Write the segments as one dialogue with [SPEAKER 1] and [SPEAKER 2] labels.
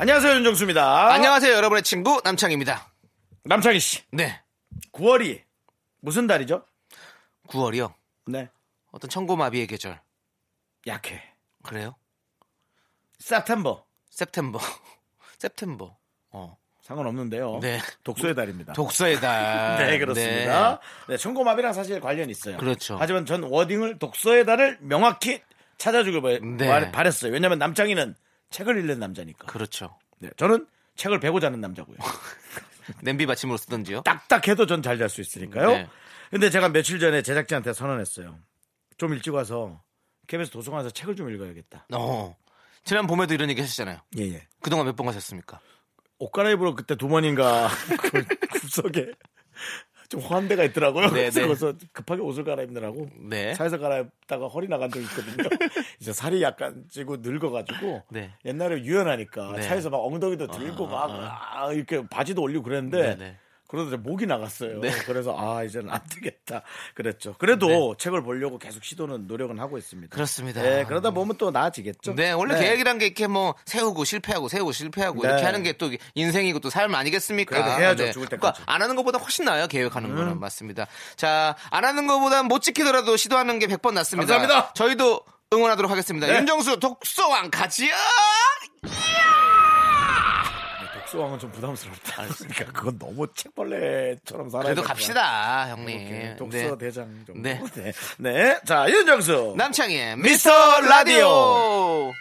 [SPEAKER 1] 안녕하세요 윤정수입니다.
[SPEAKER 2] 안녕하세요, 여러분의 친구 남창입니다.
[SPEAKER 1] 남창희 씨.
[SPEAKER 2] 네,
[SPEAKER 1] 9월이 무슨 달이죠?
[SPEAKER 2] 9월이요.
[SPEAKER 1] 네.
[SPEAKER 2] 어떤 청고마비의 계절.
[SPEAKER 1] 약해. 뭐
[SPEAKER 2] 그래요?
[SPEAKER 1] 사템버
[SPEAKER 2] 셉템버. 셉템버. 어.
[SPEAKER 1] 상관없는데요.
[SPEAKER 2] 네.
[SPEAKER 1] 독서의 달입니다.
[SPEAKER 2] 독서의 달.
[SPEAKER 1] 네 그렇습니다. 네. 청고마비랑 사실 관련이 있어요.
[SPEAKER 2] 그렇죠.
[SPEAKER 1] 하지만 전 워딩을 독서의 달을 명확히 찾아주길 바-
[SPEAKER 2] 네.
[SPEAKER 1] 바- 바랬어요. 왜냐하면 남창희는 책을 읽는 남자니까.
[SPEAKER 2] 그렇죠.
[SPEAKER 1] 네, 저는 책을 베고 자는 남자고요.
[SPEAKER 2] 냄비 받침으로 쓰던지요.
[SPEAKER 1] 딱딱해도 전 잘 잘 수 있으니까요.
[SPEAKER 2] 네.
[SPEAKER 1] 근데 제가 며칠 전에 제작진한테 선언했어요. 좀 일찍 와서 KBS 도서관에서 책을 좀 읽어야겠다.
[SPEAKER 2] 어. 지난 봄에도 이런 얘기 하셨잖아요.
[SPEAKER 1] 예예.
[SPEAKER 2] 그동안 몇 번 가셨습니까?
[SPEAKER 1] 옷 갈아입으러 그때 두 번인가 그 굽석에 좀 허한 데가 있더라고요.
[SPEAKER 2] 네, 네.
[SPEAKER 1] 그래서 급하게 옷을 갈아입느라고
[SPEAKER 2] 네.
[SPEAKER 1] 차에서 갈아입다가 허리 나간 적이 있거든요. 이제 살이 약간 찌고 늙어가지고
[SPEAKER 2] 네.
[SPEAKER 1] 옛날에 유연하니까
[SPEAKER 2] 네.
[SPEAKER 1] 차에서 막 엉덩이도 들고 막 아, 이렇게 바지도 올리고 그랬는데
[SPEAKER 2] 네, 네.
[SPEAKER 1] 그러다 이제 목이 나갔어요.
[SPEAKER 2] 네.
[SPEAKER 1] 그래서 아 이제는 안 되겠다 그랬죠. 그래도 책을 보려고 계속 시도는 노력은 하고 있습니다.
[SPEAKER 2] 그렇습니다.
[SPEAKER 1] 네, 그러다 보면 또 나아지겠죠.
[SPEAKER 2] 네, 원래 계획이란 게 이렇게 뭐 세우고 실패하고 세우고 실패하고
[SPEAKER 1] 네.
[SPEAKER 2] 이렇게 하는 게 또 인생이고 또 삶 아니겠습니까?
[SPEAKER 1] 그래도 해야죠, 죽을
[SPEAKER 2] 그러니까
[SPEAKER 1] 때까지. 음.
[SPEAKER 2] 안 하는 것보다 훨씬 나아요, 계획하는 거는. 맞습니다. 자, 안 하는 것보다 못 지키더라도 시도하는 게 100번 낫습니다.
[SPEAKER 1] 감사합니다.
[SPEAKER 2] 저희도 응원하도록 하겠습니다.
[SPEAKER 1] 네.
[SPEAKER 2] 윤정수 독서왕 가지야!
[SPEAKER 1] 그 독서왕은 좀 부담스럽다. 그러니까 그건 너무 책벌레처럼 살아야
[SPEAKER 2] 아, 그래도
[SPEAKER 1] 되니까.
[SPEAKER 2] 갑시다, 형님.
[SPEAKER 1] 이렇게 독서
[SPEAKER 2] 네.
[SPEAKER 1] 대장 정도.
[SPEAKER 2] 네.
[SPEAKER 1] 네. 네. 자, 윤정수.
[SPEAKER 2] 남창희의
[SPEAKER 1] 미스터 라디오.
[SPEAKER 2] 라디오!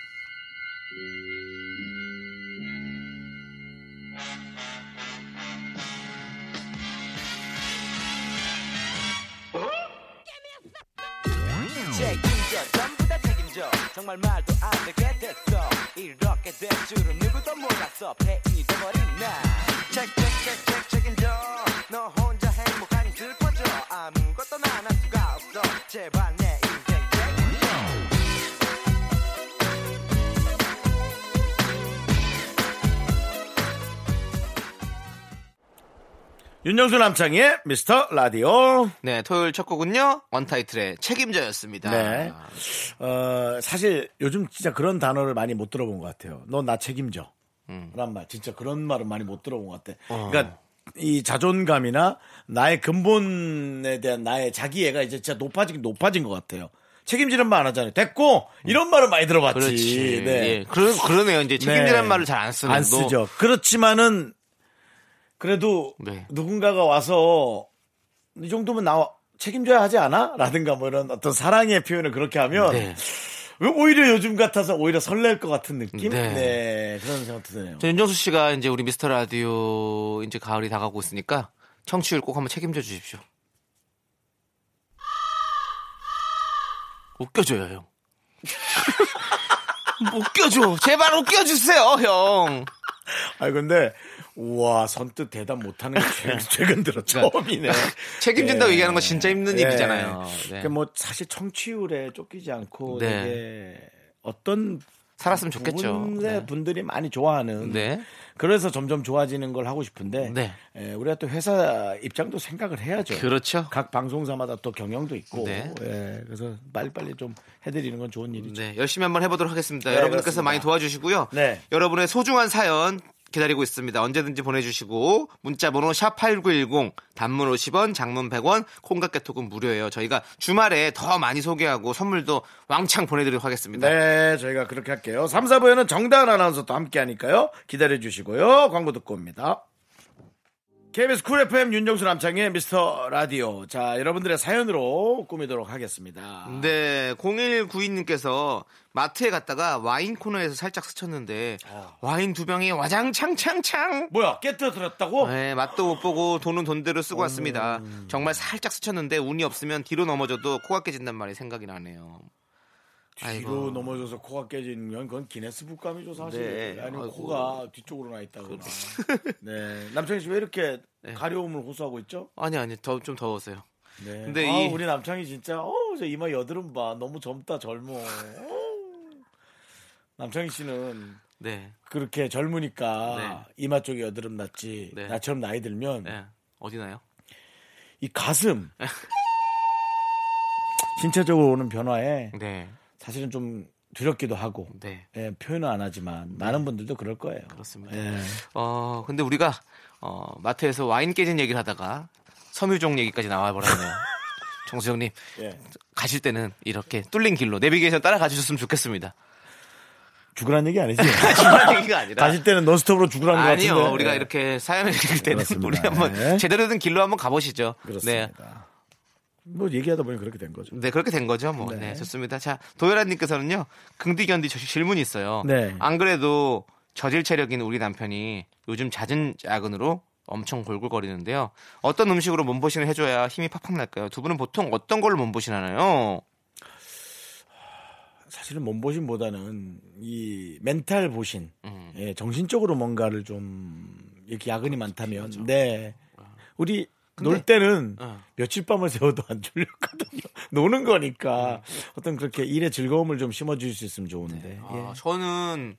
[SPEAKER 3] 책임져 전부 다 책임져 정말 말도 안 되게 됐어 이렇게 될 줄은 누구도 몰랐어 페인이 돼버린 나책책책책 책임져 너 혼자 행복하니 슬퍼져 아무것도 난 할 수가 없어 제발 내 인생 책임져
[SPEAKER 1] 윤정수 남창희의 미스터 라디오.
[SPEAKER 2] 네, 토요일 첫 곡은요, 원타이틀의 책임자였습니다.
[SPEAKER 1] 네. 어, 사실 요즘 진짜 그런 단어를 많이 못 들어본 것 같아요. 너 나 책임져.
[SPEAKER 2] 음.
[SPEAKER 1] 란 말. 진짜 그런 말은 많이 못 들어본 것 같아. 그러니까 이 자존감이나 나의 근본에 대한 나의 자기애가 이제 진짜 높아지긴 높아진 것 같아요. 책임지는 말 안 하잖아요. 됐고! 이런 말은 많이 들어봤지.
[SPEAKER 2] 음. 그렇지.
[SPEAKER 1] 네.
[SPEAKER 2] 예. 그러, 그러네요. 이제 책임지라는
[SPEAKER 1] 네.
[SPEAKER 2] 말을 잘 안 쓰는
[SPEAKER 1] 안 쓰죠. 그렇지만은 그래도
[SPEAKER 2] 네.
[SPEAKER 1] 누군가가 와서 이 정도면 나 책임져야 하지 않아? 라든가 뭐 이런 어떤 사랑의 표현을 그렇게 하면
[SPEAKER 2] 네.
[SPEAKER 1] 왜 오히려 요즘 같아서 오히려 설렐 것 같은 느낌?
[SPEAKER 2] 네.
[SPEAKER 1] 네, 그런 생각도 드네요.
[SPEAKER 2] 저 윤정수 씨가 이제 우리 미스터 라디오 이제 가을이 다가오고 있으니까 청취율 꼭 한번 책임져 주십시오. 웃겨줘요, 형. 웃겨줘. 제발 웃겨주세요, 형.
[SPEAKER 1] 아 근데 우와 선뜻 대답 못하는 게 최근, 최근 들어 처음이네.
[SPEAKER 2] 그러니까 책임진다고
[SPEAKER 1] 예.
[SPEAKER 2] 얘기하는 건 진짜 힘든
[SPEAKER 1] 예.
[SPEAKER 2] 일이잖아요. 네.
[SPEAKER 1] 그러니까 뭐 사실 청취율에 쫓기지 않고
[SPEAKER 2] 네.
[SPEAKER 1] 되게 어떤
[SPEAKER 2] 살았으면 좋겠죠.
[SPEAKER 1] 분의
[SPEAKER 2] 네.
[SPEAKER 1] 분들이 많이 좋아하는
[SPEAKER 2] 네.
[SPEAKER 1] 그래서 점점 좋아지는 걸 하고 싶은데
[SPEAKER 2] 네.
[SPEAKER 1] 에, 우리가 또 회사 입장도 생각을 해야죠.
[SPEAKER 2] 그렇죠.
[SPEAKER 1] 각 방송사마다 또 경영도 있고
[SPEAKER 2] 네.
[SPEAKER 1] 예, 그래서 빨리빨리 좀 해드리는 건 좋은 일이죠.
[SPEAKER 2] 네, 열심히 한번 해보도록 하겠습니다.
[SPEAKER 1] 네,
[SPEAKER 2] 여러분께서
[SPEAKER 1] 그렇습니다.
[SPEAKER 2] 많이 도와주시고요.
[SPEAKER 1] 네.
[SPEAKER 2] 여러분의 소중한 사연 기다리고 있습니다. 언제든지 보내주시고 문자번호 샵 #8910 단문 50원, 장문 100원, 콩깍개톡은 무료예요. 저희가 주말에 더 많이 소개하고 선물도 왕창 보내드리도록 하겠습니다.
[SPEAKER 1] 네, 저희가 그렇게 할게요. 3, 4부에는 정다은 아나운서도 함께 하니까요. 기다려주시고요. 광고 듣고 옵니다. KBS 쿨 FM 윤정수 남창의 미스터 라디오. 자, 여러분들의 사연으로 꾸미도록 하겠습니다.
[SPEAKER 2] 네, 0192님께서 마트에 갔다가 와인 코너에서 살짝 스쳤는데
[SPEAKER 1] 아.
[SPEAKER 2] 와인 두 병에 와장창창창
[SPEAKER 1] 뭐야, 깨뜨렸다고?
[SPEAKER 2] 네, 맛도 못 보고 돈은 돈대로 쓰고 왔습니다. 정말 살짝 스쳤는데 운이 없으면 뒤로 넘어져도 코가 깨진단 말이 생각이 나네요.
[SPEAKER 1] 뒤로 넘어져서 코가 깨진 건 그건 기네스북감이죠 사실.
[SPEAKER 2] 네.
[SPEAKER 1] 아니면
[SPEAKER 2] 아이고.
[SPEAKER 1] 코가 뒤쪽으로 나 있다거나. 네. 남창희 씨 왜 이렇게
[SPEAKER 2] 네.
[SPEAKER 1] 가려움을 호소하고 있죠?
[SPEAKER 2] 아니 아니 더 좀 더워서요.
[SPEAKER 1] 네.
[SPEAKER 2] 근데
[SPEAKER 1] 아,
[SPEAKER 2] 이-
[SPEAKER 1] 우리 남창희 진짜 어, 저 이마 여드름 봐. 너무 젊다 젊어. 어. 남창희 씨는
[SPEAKER 2] 네.
[SPEAKER 1] 그렇게 젊으니까 이마 쪽에 여드름 났지.
[SPEAKER 2] 네.
[SPEAKER 1] 나처럼 나이 들면
[SPEAKER 2] 네. 어디나요?
[SPEAKER 1] 이 가슴 신체적으로 오는 변화에
[SPEAKER 2] 네.
[SPEAKER 1] 사실은 좀 두렵기도 하고
[SPEAKER 2] 네.
[SPEAKER 1] 예, 표현은 안 하지만 많은 분들도 그럴 거예요.
[SPEAKER 2] 그렇습니다.
[SPEAKER 1] 예.
[SPEAKER 2] 어, 근데 우리가 어, 마트에서 와인 깨진 얘기를 하다가 섬유종 얘기까지 나와 버렸네요. 정수영 님,
[SPEAKER 1] 예.
[SPEAKER 2] 가실 때는 이렇게 뚫린 길로 내비게이션 따라가 주셨으면 좋겠습니다.
[SPEAKER 1] 죽으란 얘기 아니지?
[SPEAKER 2] 중요한 얘기가 아니라
[SPEAKER 1] 가실 때는 논스톱으로 죽으라는 거 같은데.
[SPEAKER 2] 아니요, 우리가
[SPEAKER 1] 예.
[SPEAKER 2] 이렇게 네. 사연을 읽을 때는
[SPEAKER 1] 그렇습니다.
[SPEAKER 2] 우리 한번
[SPEAKER 1] 네.
[SPEAKER 2] 제대로 된 길로 한번 가보시죠. 네,
[SPEAKER 1] 그렇습니다. 뭐 얘기하다 보니 그렇게 된 거죠.
[SPEAKER 2] 네 그렇게 된 거죠. 뭐, 네, 좋습니다. 자, 도열아님께서는요, 긍디 견디 저 질문이 있어요.
[SPEAKER 1] 네.
[SPEAKER 2] 안 그래도 저질 체력인 우리 남편이 요즘 잦은 야근으로 엄청 골골거리는데요. 어떤 음식으로 몸보신을 해줘야 힘이 팍팍 날까요? 두 분은 보통 어떤 걸로 몸보신하나요?
[SPEAKER 1] 사실은 몸보신보다는 이 멘탈 보신,
[SPEAKER 2] 음.
[SPEAKER 1] 예, 정신적으로 뭔가를 좀 이렇게 야근이
[SPEAKER 2] 아,
[SPEAKER 1] 많다면, 네, 우리 놀 때는
[SPEAKER 2] 그렇죠. 어.
[SPEAKER 1] 며칠 밤을 새워도 안 졸렸거든요. 노는 거니까 어떤 그렇게 일의 즐거움을 좀 심어줄 수 있으면 좋은데.
[SPEAKER 2] 음.
[SPEAKER 1] 예.
[SPEAKER 2] 아, 저는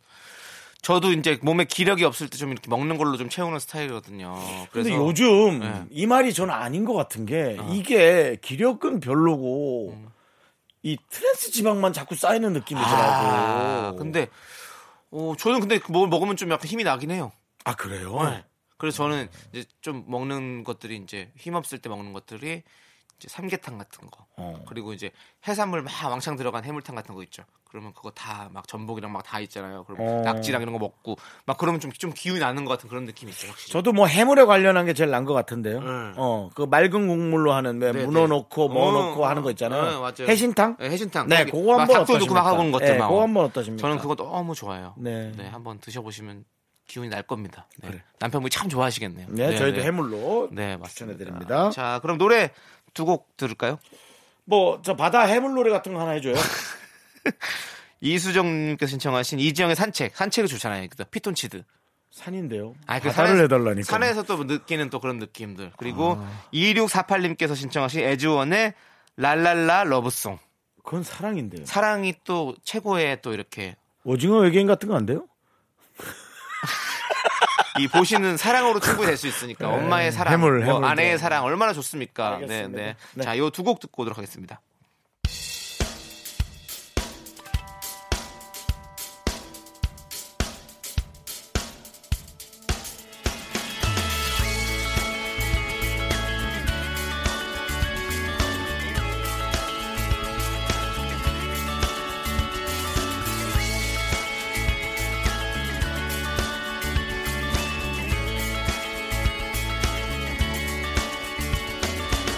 [SPEAKER 2] 저도 이제 몸에 기력이 없을 때 좀 이렇게 먹는 걸로 좀 채우는 스타일이거든요. 그래서
[SPEAKER 1] 근데
[SPEAKER 2] 네.
[SPEAKER 1] 요즘 이 말이 저는 아닌 것 같은 게 이게 기력은 별로고
[SPEAKER 2] 음.
[SPEAKER 1] 이 트랜스 지방만 자꾸 쌓이는 느낌이더라고.
[SPEAKER 2] 아, 근데 어, 저는 근데 뭘 먹으면 좀 약간 힘이 나긴 해요.
[SPEAKER 1] 아 그래요?
[SPEAKER 2] 네. 그래서 저는 이제 좀 먹는 것들이 이제 힘 없을 때 먹는 것들이 이제 삼계탕 같은 거
[SPEAKER 1] 어.
[SPEAKER 2] 그리고 이제 해산물 막 왕창 들어간 해물탕 같은 거 있죠. 그러면 그거 다 막 전복이랑 막 다 있잖아요. 그럼
[SPEAKER 1] 어.
[SPEAKER 2] 낙지랑 이런 거 먹고 막 그러면 좀 좀 기운이 나는 것 같은 그런 느낌이 있어요. 확실히.
[SPEAKER 1] 저도 뭐 해물에 관련한 게 제일 난 것 같은데요.
[SPEAKER 2] 네.
[SPEAKER 1] 어, 그 맑은 국물로 하는 왜
[SPEAKER 2] 네,
[SPEAKER 1] 문어
[SPEAKER 2] 네.
[SPEAKER 1] 넣고 뭐
[SPEAKER 2] 어,
[SPEAKER 1] 넣고 하는 거
[SPEAKER 2] 어,
[SPEAKER 1] 있잖아요.
[SPEAKER 2] 맞아요.
[SPEAKER 1] 해신탕?
[SPEAKER 2] 네, 해신탕.
[SPEAKER 1] 네,
[SPEAKER 2] 거기
[SPEAKER 1] 그거
[SPEAKER 2] 막
[SPEAKER 1] 한번
[SPEAKER 2] 닭도 넣고 막
[SPEAKER 1] 어떠십니까?
[SPEAKER 2] 하고 온 것들
[SPEAKER 1] 네,
[SPEAKER 2] 막.
[SPEAKER 1] 그거 한번 어떠십니까?
[SPEAKER 2] 저는 그거 너무 좋아요.
[SPEAKER 1] 네.
[SPEAKER 2] 네. 한번 드셔보시면 기운이 날 겁니다. 네. 남편분이 참 좋아하시겠네요.
[SPEAKER 1] 네, 저희도
[SPEAKER 2] 네.
[SPEAKER 1] 해물로
[SPEAKER 2] 네, 맞습니다.
[SPEAKER 1] 추천해드립니다.
[SPEAKER 2] 자, 그럼 노래 두 곡 들을까요?
[SPEAKER 1] 뭐 저 바다 해물 노래 같은 거 하나 해줘요.
[SPEAKER 2] 이수정님께서 신청하신 이지영의 산책. 산책이 좋잖아요. 그 피톤치드.
[SPEAKER 1] 산인데요.
[SPEAKER 2] 아니, 그
[SPEAKER 1] 바다를
[SPEAKER 2] 산에서-
[SPEAKER 1] 해달라니까. 아.
[SPEAKER 2] 산에서 또 느끼는 또 그런 느낌들. 그리고 2648님께서 신청하신 에즈원의 랄랄라 러브송.
[SPEAKER 1] 그건 사랑인데요.
[SPEAKER 2] 사랑이 또 최고의 또 이렇게
[SPEAKER 1] 오징어 외계인 같은 거 안 돼요?
[SPEAKER 2] 이 보시는 사랑으로 충분히 될 수 있으니까 엄마의 사랑,
[SPEAKER 1] 네. 해물,
[SPEAKER 2] 뭐
[SPEAKER 1] 해물도.
[SPEAKER 2] 아내의 사랑 얼마나 좋습니까? 네,
[SPEAKER 1] 알겠습니다.
[SPEAKER 2] 네.
[SPEAKER 1] 네.
[SPEAKER 2] 자, 요 두 곡 듣고 오도록 하겠습니다.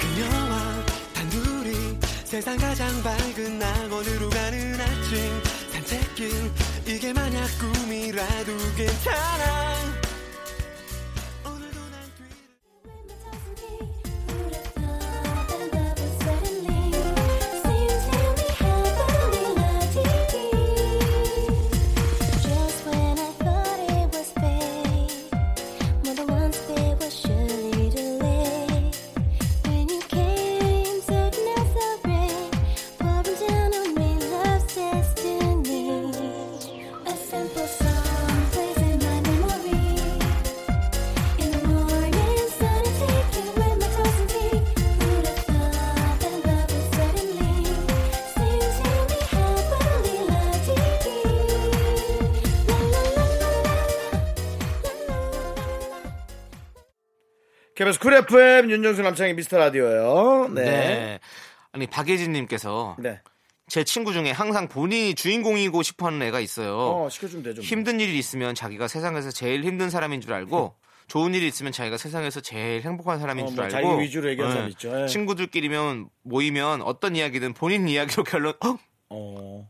[SPEAKER 4] 그녀와 단둘이 세상 가장 밝은 낙원으로 가는 아침 산책길 이게 만약 꿈이라도 괜찮아 오늘도 난 뒤를
[SPEAKER 5] A simple song plays in my memory. In the morning sun is taken with my toes and feet. Who'd have thought that love would suddenly sing to me happily la dee
[SPEAKER 1] KBS 쿨 FM 윤정수 남창희 미스터 라디오요.
[SPEAKER 2] 네.
[SPEAKER 1] 네.
[SPEAKER 2] 아니 박예진님께서
[SPEAKER 1] 네.
[SPEAKER 2] 제 친구 중에 항상 본인이 주인공이고 싶어하는 애가 있어요.
[SPEAKER 1] 어, 시켜주면 되죠. 뭐.
[SPEAKER 2] 힘든 일이 있으면 자기가 세상에서 제일 힘든 사람인 줄 알고 좋은 일이 있으면 자기가 세상에서 제일 행복한 사람인
[SPEAKER 1] 어,
[SPEAKER 2] 줄
[SPEAKER 1] 뭐
[SPEAKER 2] 알고 네.
[SPEAKER 1] 자기 위주로 얘기하는 사람 있죠. 예.
[SPEAKER 2] 친구들끼리면 모이면 어떤 이야기든 본인 이야기로 결론 헉!
[SPEAKER 1] 어.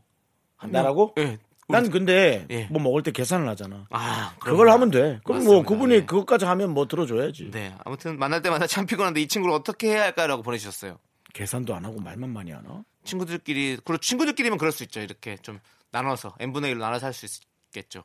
[SPEAKER 1] 나라고?
[SPEAKER 2] 예. 우리-
[SPEAKER 1] 난 근데
[SPEAKER 2] 예.
[SPEAKER 1] 뭐 먹을 때 계산을 하잖아.
[SPEAKER 2] 아,
[SPEAKER 1] 그걸 하면 돼. 그럼 뭐
[SPEAKER 2] 맞습니다. 네.
[SPEAKER 1] 그분이
[SPEAKER 2] 예.
[SPEAKER 1] 그것까지 하면 뭐 들어줘야지.
[SPEAKER 2] 네, 아무튼 만날 때마다 참 피곤한데 이 친구를 어떻게 해야 할까라고 보내주셨어요.
[SPEAKER 1] 계산도 안 하고 말만 많이 하나?
[SPEAKER 2] 친구들끼리 그리고 친구들끼리면 그럴 수 있죠. 이렇게 좀 나눠서 n 분의 1로 나눠서 할 수 있겠죠.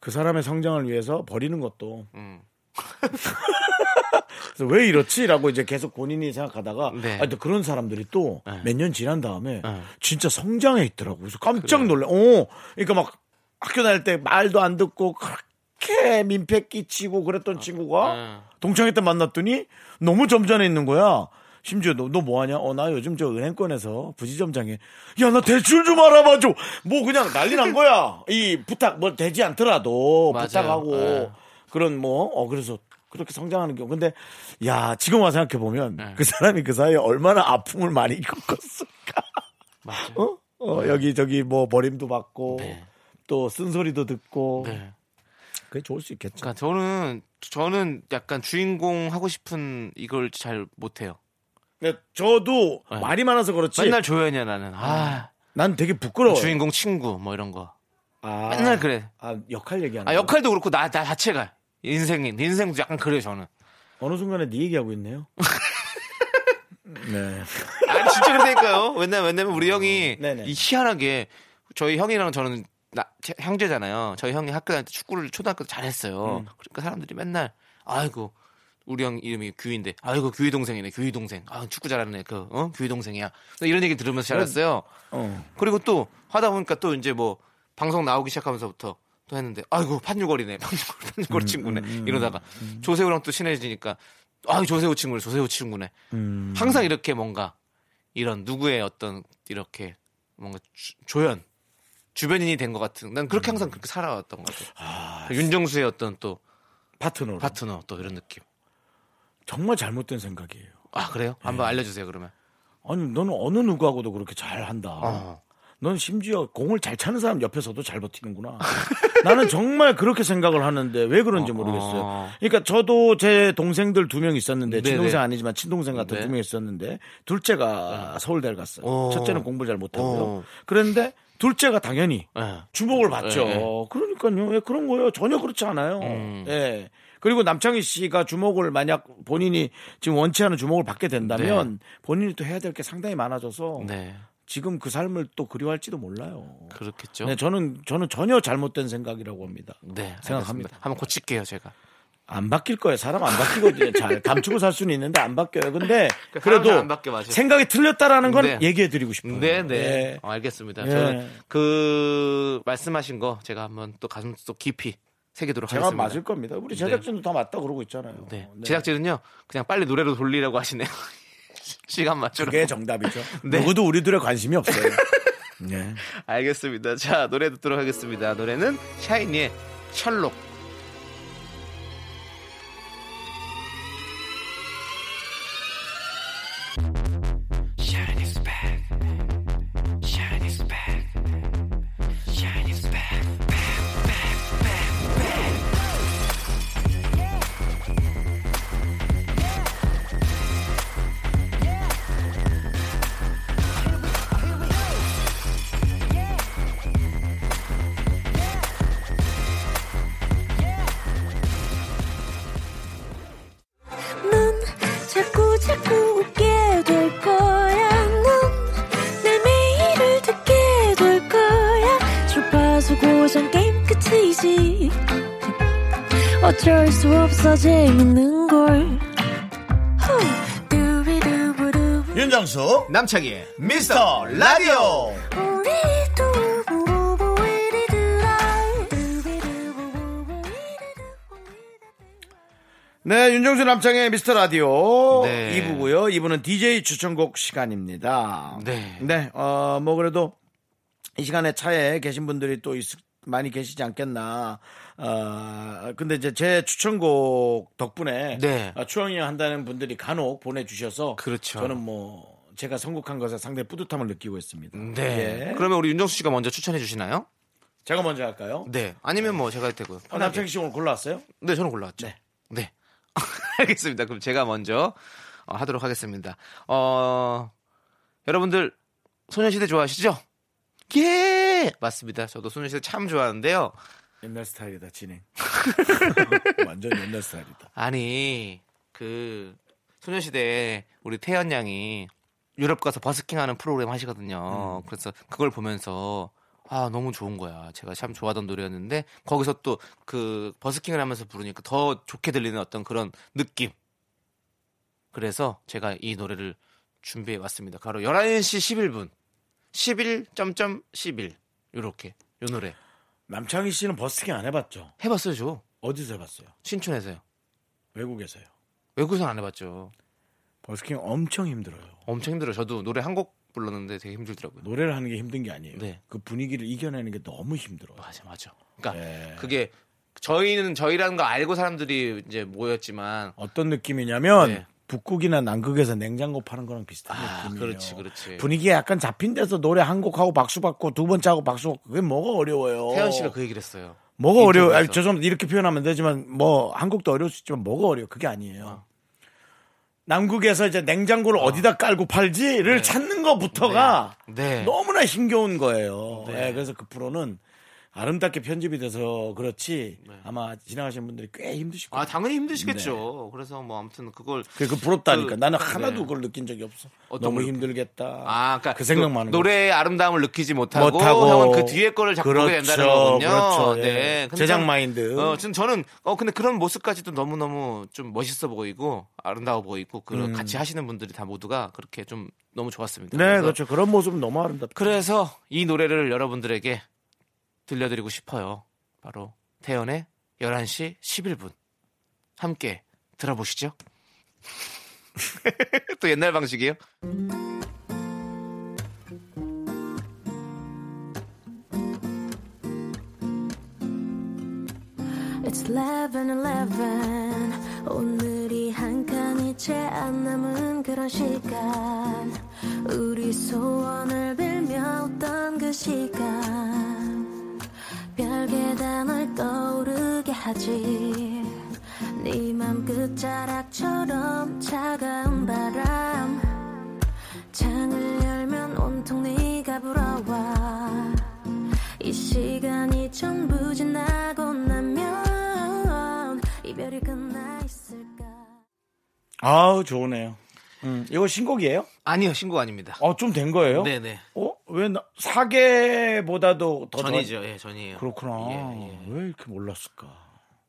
[SPEAKER 1] 그 사람의 성장을 위해서 버리는 것도
[SPEAKER 2] 음.
[SPEAKER 1] 그래서 왜 이렇지라고 이제 계속 본인이 생각하다가
[SPEAKER 2] 네.
[SPEAKER 1] 아, 또 그런 사람들이 또 몇 년 지난 다음에
[SPEAKER 2] 네.
[SPEAKER 1] 진짜 성장해 있더라고. 그래서 깜짝 놀래. 어, 그러니까 막 학교 다닐 때 말도 안 듣고 그렇게 민폐 끼치고 그랬던 친구가
[SPEAKER 2] 네.
[SPEAKER 1] 동창회 때 만났더니 너무 점잖해 있는 거야. 심지어 너, 너 뭐하냐? 어, 나 요즘 저 은행권에서 부지점장에 야, 나 대출 좀 알아봐줘! 뭐 그냥 난리 난 거야. 이 부탁, 뭐 되지 않더라도
[SPEAKER 2] 맞아요.
[SPEAKER 1] 부탁하고
[SPEAKER 2] 네.
[SPEAKER 1] 그런 뭐, 어, 그래서 그렇게 성장하는 경우. 근데, 야, 지금 와 생각해보면
[SPEAKER 2] 네.
[SPEAKER 1] 그 사람이 그 사이에 얼마나 아픔을 많이 겪었을까.
[SPEAKER 2] 맞아요.
[SPEAKER 1] 어? 어, 여기, 저기 뭐 버림도 받고
[SPEAKER 2] 네.
[SPEAKER 1] 또 쓴소리도 듣고.
[SPEAKER 2] 네.
[SPEAKER 1] 그게 좋을 수 있겠죠.
[SPEAKER 2] 그러니까 저는 저는 약간 주인공 하고 싶은 이걸 잘 못해요.
[SPEAKER 1] 근데 저도
[SPEAKER 2] 네.
[SPEAKER 1] 말이 많아서 그렇지.
[SPEAKER 2] 맨날 조연이야 나는. 아
[SPEAKER 1] 난 되게 부끄러워.
[SPEAKER 2] 주인공 친구 뭐 이런 거.
[SPEAKER 1] 음. 아,
[SPEAKER 2] 맨날 그래.
[SPEAKER 1] 아, 역할 얘기하는
[SPEAKER 2] 아
[SPEAKER 1] 거.
[SPEAKER 2] 역할도 그렇고 나, 나 자체가 인생이 내 인생도 약간 그래 요 저는.
[SPEAKER 1] 어느 순간에 네 얘기하고 있네요. 네.
[SPEAKER 2] 아니 진짜 그러니까요. 왜냐면 왜냐면 우리 형이
[SPEAKER 1] 음, 네네.
[SPEAKER 2] 이 희한하게 저희 형이랑 저는 나, 제- 형제잖아요. 저희 형이 학교 다닐 때 축구를 초등학교 때 잘했어요.
[SPEAKER 1] 음.
[SPEAKER 2] 그러니까 사람들이 맨날 아이고 우리 형 이름이 규인데 아이고 규희 동생이네 규희 동생 아 축구 잘하는 애그 어? 규희 동생이야 이런 얘기 들으면서 자랐어요.
[SPEAKER 1] 어.
[SPEAKER 2] 그리고 또 하다 보니까 또 이제 뭐 방송 나오기 시작하면서부터 또 했는데 아이고 판유걸이네 판유걸
[SPEAKER 1] 음,
[SPEAKER 2] 판유걸 친구네 이러다가 조세호랑 또 친해지니까 아 조세호 친구네 조세호 친구네
[SPEAKER 1] 음.
[SPEAKER 2] 항상 이렇게 뭔가 이런 누구의 어떤 이렇게 뭔가 주- 조연 주변인이 된 것 같은 난
[SPEAKER 1] 음.
[SPEAKER 2] 그렇게 항상 그렇게 살아왔던 것 같아요 그 윤정수의 어떤 또
[SPEAKER 1] 파트너로.
[SPEAKER 2] 파트너 또 이런 느낌
[SPEAKER 1] 정말 잘못된 생각이에요.
[SPEAKER 2] 아
[SPEAKER 1] 네.
[SPEAKER 2] 그래요 한번 알려주세요 그러면
[SPEAKER 1] 아니, 너는 어느 누구하고도 그렇게 잘 한다.
[SPEAKER 2] 아.
[SPEAKER 1] 넌 심지어 공을 잘 차는 사람 옆에서도 잘 버티는구나. 나는 정말 그렇게 생각을 하는데 왜
[SPEAKER 2] 아.
[SPEAKER 1] 그런지 모르겠어요. 그러니까 저도 제 동생들 두 명 있었는데
[SPEAKER 2] 네네.
[SPEAKER 1] 친동생 아니지만 친동생 같은
[SPEAKER 2] 네.
[SPEAKER 1] 두 명 있었는데 둘째가 서울대를 갔어요.
[SPEAKER 2] 어.
[SPEAKER 1] 첫째는 공부를 잘 못하고요.
[SPEAKER 2] 어.
[SPEAKER 1] 그런데 둘째가 당연히
[SPEAKER 2] 예.
[SPEAKER 1] 주목을 받죠.
[SPEAKER 2] 예, 음. 예.
[SPEAKER 1] 그러니까요. 예, 그런 거예요. 전혀 그렇지 않아요. 예. 그리고 남창희 씨가 주목을 만약 본인이 지금 원치 않은 주목을 받게 된다면 본인이 또 해야 될 게 상당히 많아져서
[SPEAKER 2] 네
[SPEAKER 1] 지금 그 삶을 또 그리워할지도 몰라요.
[SPEAKER 2] 그렇겠죠
[SPEAKER 1] 네, 저는 저는 전혀 잘못된 생각이라고 합니다.
[SPEAKER 2] 네 알겠습니다.
[SPEAKER 1] 생각합니다.
[SPEAKER 2] 한번 고칠게요 제가
[SPEAKER 1] 안 바뀔 거예요. 사람 안 바뀌거든요. 잘 감추고 살 수는 있는데 안 바뀌어요. 근데
[SPEAKER 2] 그
[SPEAKER 1] 그래도
[SPEAKER 2] 사람이 안 바뀌어, 맞아요.
[SPEAKER 1] 생각이 틀렸다라는 건
[SPEAKER 2] 네.
[SPEAKER 1] 얘기해 드리고 싶어요.
[SPEAKER 2] 네, 네.
[SPEAKER 1] 네.
[SPEAKER 2] 어, 알겠습니다.
[SPEAKER 1] 예.
[SPEAKER 2] 저는 그 말씀하신 거 제가 한번 또 가슴 속 깊이 새기도록
[SPEAKER 1] 제가
[SPEAKER 2] 하겠습니다.
[SPEAKER 1] 맞을 겁니다. 우리 제작진도 다 맞다 그러고 있잖아요.
[SPEAKER 2] 네.
[SPEAKER 1] 네.
[SPEAKER 2] 제작진은요. 그냥 빨리 노래로 돌리라고 하시네요. 시간 맞추라고.
[SPEAKER 1] 그게 정답이죠.
[SPEAKER 2] 네.
[SPEAKER 1] 누구도 우리들의 관심이 없어요. 네.
[SPEAKER 2] 알겠습니다. 자, 노래 듣도록 하겠습니다. 노래는 샤이니의 철록.
[SPEAKER 5] 넌 자꾸 자꾸 웃게 될 거야. 넌내 매일을 듣게 될 거야. 주파수 고정 게임 끝이지. 어쩔 수 없어 재밌는 걸. 후. 두비두부두.
[SPEAKER 1] 윤정수
[SPEAKER 2] 남창희의
[SPEAKER 1] 미스터 라디오.
[SPEAKER 5] 우리 두부부부 우리 두라. 두비두부부부 우리 두부부부.
[SPEAKER 1] 네, 윤정수 남창의 미스터 라디오
[SPEAKER 2] 네.
[SPEAKER 1] 2부고요. 2부는 DJ 추천곡 시간입니다.
[SPEAKER 2] 네.
[SPEAKER 1] 어, 뭐 그래도 이 시간에 차에 계신 분들이 또 있- 많이 계시지 않겠나. 어, 근데 이제 제 추천곡 덕분에
[SPEAKER 2] 네.
[SPEAKER 1] 어, 추억여 한다는 분들이 간혹 보내주셔서
[SPEAKER 2] 그렇죠.
[SPEAKER 1] 저는 뭐 제가 선곡한 것에 상당히 뿌듯함을 느끼고 있습니다.
[SPEAKER 2] 네.
[SPEAKER 1] 예.
[SPEAKER 2] 그러면 우리 윤정수 씨가 먼저 추천해 주시나요?
[SPEAKER 1] 제가 먼저 할까요?
[SPEAKER 2] 네. 아니면 뭐 제가 해도 되고요.
[SPEAKER 1] 어, 남창희 씨 오늘 골라왔어요?
[SPEAKER 2] 네, 저는 골라왔죠.
[SPEAKER 1] 네.
[SPEAKER 2] 네. 알겠습니다. 그럼 제가 먼저 어, 하도록 하겠습니다. 어, 여러분들 소녀시대 좋아하시죠? 예! 맞습니다. 저도 소녀시대 참 좋아하는데요.
[SPEAKER 1] 옛날 스타일이다 진행. 완전 옛날 스타일이다.
[SPEAKER 2] 아니, 그 소녀시대 우리 태연 양이 유럽 가서 버스킹하는 프로그램 하시거든요. 그래서 그걸 보면서 아 너무 좋은 거야. 제가 참 좋아하던 노래였는데 거기서 또 그 버스킹을 하면서 부르니까 더 좋게 들리는 어떤 그런 느낌. 그래서 제가 이 노래를 준비해 왔습니다. 바로 11시 11분 11.11 요렇게 요 노래
[SPEAKER 1] 남창희 씨는 버스킹 안 해봤죠?
[SPEAKER 2] 해봤어요, 저
[SPEAKER 1] 어디서 해봤어요?
[SPEAKER 2] 신촌에서요.
[SPEAKER 1] 외국에서요.
[SPEAKER 2] 외국에서 안 해봤죠.
[SPEAKER 1] 버스킹 엄청 힘들어요.
[SPEAKER 2] 엄청 힘들어. 요 저도 노래 한 곡 불렀는데 되게 힘들더라고요.
[SPEAKER 1] 노래를 하는 게 힘든 게 아니에요.
[SPEAKER 2] 네.
[SPEAKER 1] 그 분위기를 이겨내는 게 너무 힘들어요.
[SPEAKER 2] 맞아, 맞아. 그러니까
[SPEAKER 1] 네.
[SPEAKER 2] 그게 저희는 저희라는 거 알고 사람들이 이제 모였지만
[SPEAKER 1] 어떤 느낌이냐면
[SPEAKER 2] 네.
[SPEAKER 1] 북극이나 남극에서 냉장고 파는 거랑 비슷한
[SPEAKER 2] 아,
[SPEAKER 1] 느낌이에요.
[SPEAKER 2] 그렇지, 그렇지.
[SPEAKER 1] 분위기에 약간 잡힌 데서 노래 한 곡 하고 박수 받고 두 번째 하고 박수 받고 그게 뭐가 어려워요.
[SPEAKER 2] 태연 씨가 그 얘기를 했어요.
[SPEAKER 1] 뭐가 어려워? 아니,
[SPEAKER 2] 인터뷰에서.
[SPEAKER 1] 죄송합니다. 이렇게 표현하면 안 되지만 뭐 한국도 어려울 수 있지만 뭐가 어려워? 그게 아니에요. 남극에서 이제 냉장고를 어. 디다 깔고 팔지를 찾는 것부터가
[SPEAKER 2] 네. 네.
[SPEAKER 1] 너무나 힘겨운 거예요.
[SPEAKER 2] 네.
[SPEAKER 1] 예, 그래서 그 프로는 아름답게 편집이 돼서 그렇지 아마 지나가시는 분들이 꽤 힘드실 거예요.
[SPEAKER 2] 네. 아 당연히 힘드시겠죠. 그래서 뭐 아무튼 그걸
[SPEAKER 1] 어. 네. 그게 그 부럽다니까.
[SPEAKER 2] 그-
[SPEAKER 1] 나는 하나도
[SPEAKER 2] 네.
[SPEAKER 1] 그걸 느낀 적이 없어.
[SPEAKER 2] 어떤
[SPEAKER 1] 너무
[SPEAKER 2] 걸
[SPEAKER 1] 힘들겠다.
[SPEAKER 2] 아, 그러니까
[SPEAKER 1] 그 생각
[SPEAKER 2] 노-
[SPEAKER 1] 많은 거.
[SPEAKER 2] 노래의 아름다움을 느끼지 못하고,
[SPEAKER 1] 못하고.
[SPEAKER 2] 형은 그 뒤에 거를 자꾸 보게
[SPEAKER 1] 그렇죠,
[SPEAKER 2] 된다는 거군요. 네.
[SPEAKER 1] 그렇죠, 예.
[SPEAKER 2] 근데
[SPEAKER 1] 제작
[SPEAKER 2] 참,
[SPEAKER 1] 마인드.
[SPEAKER 2] 어, 전- 저는 어 근데 그런 모습까지도 너무 너무 좀 멋있어 보이고 아름다워 보이고 그 같이 하시는 분들이 다 모두가 그렇게 좀 너무
[SPEAKER 1] 음.
[SPEAKER 2] 좋았습니다.
[SPEAKER 1] 네,
[SPEAKER 2] 그래서-
[SPEAKER 1] 그렇죠. 그런 모습은 너무 아름답다.
[SPEAKER 2] 그래서 이 노래를 여러분들에게 들려드리고 싶어요. 바로 태연의 11시 11분. 함께 들어보시죠. 또 옛날 방식이에요?
[SPEAKER 5] It's 11, 11 오늘이 한 칸이 채 안 남은 그런 시간 우리 소원을 빌며 웃던 그 시간 별게 단어를 떠오르게 하지 네맘 끝자락처럼 차가운 바람 창을 열면 온통 네가 불어와 이 시간이 전부 지나고 나면 이별이 끝나 있을까
[SPEAKER 1] 아우, 좋으네요. 음, 이거 신곡이에요?
[SPEAKER 2] 아니요, 신곡 아닙니다.
[SPEAKER 1] 어, 좀 된 거예요?
[SPEAKER 2] 네네.
[SPEAKER 1] 어? 왜 나, 사계보다도 더
[SPEAKER 2] 전이죠. 예, 전이에요.
[SPEAKER 1] 더- 그렇구나.
[SPEAKER 2] 예, 예.
[SPEAKER 1] 왜 이렇게 몰랐을까?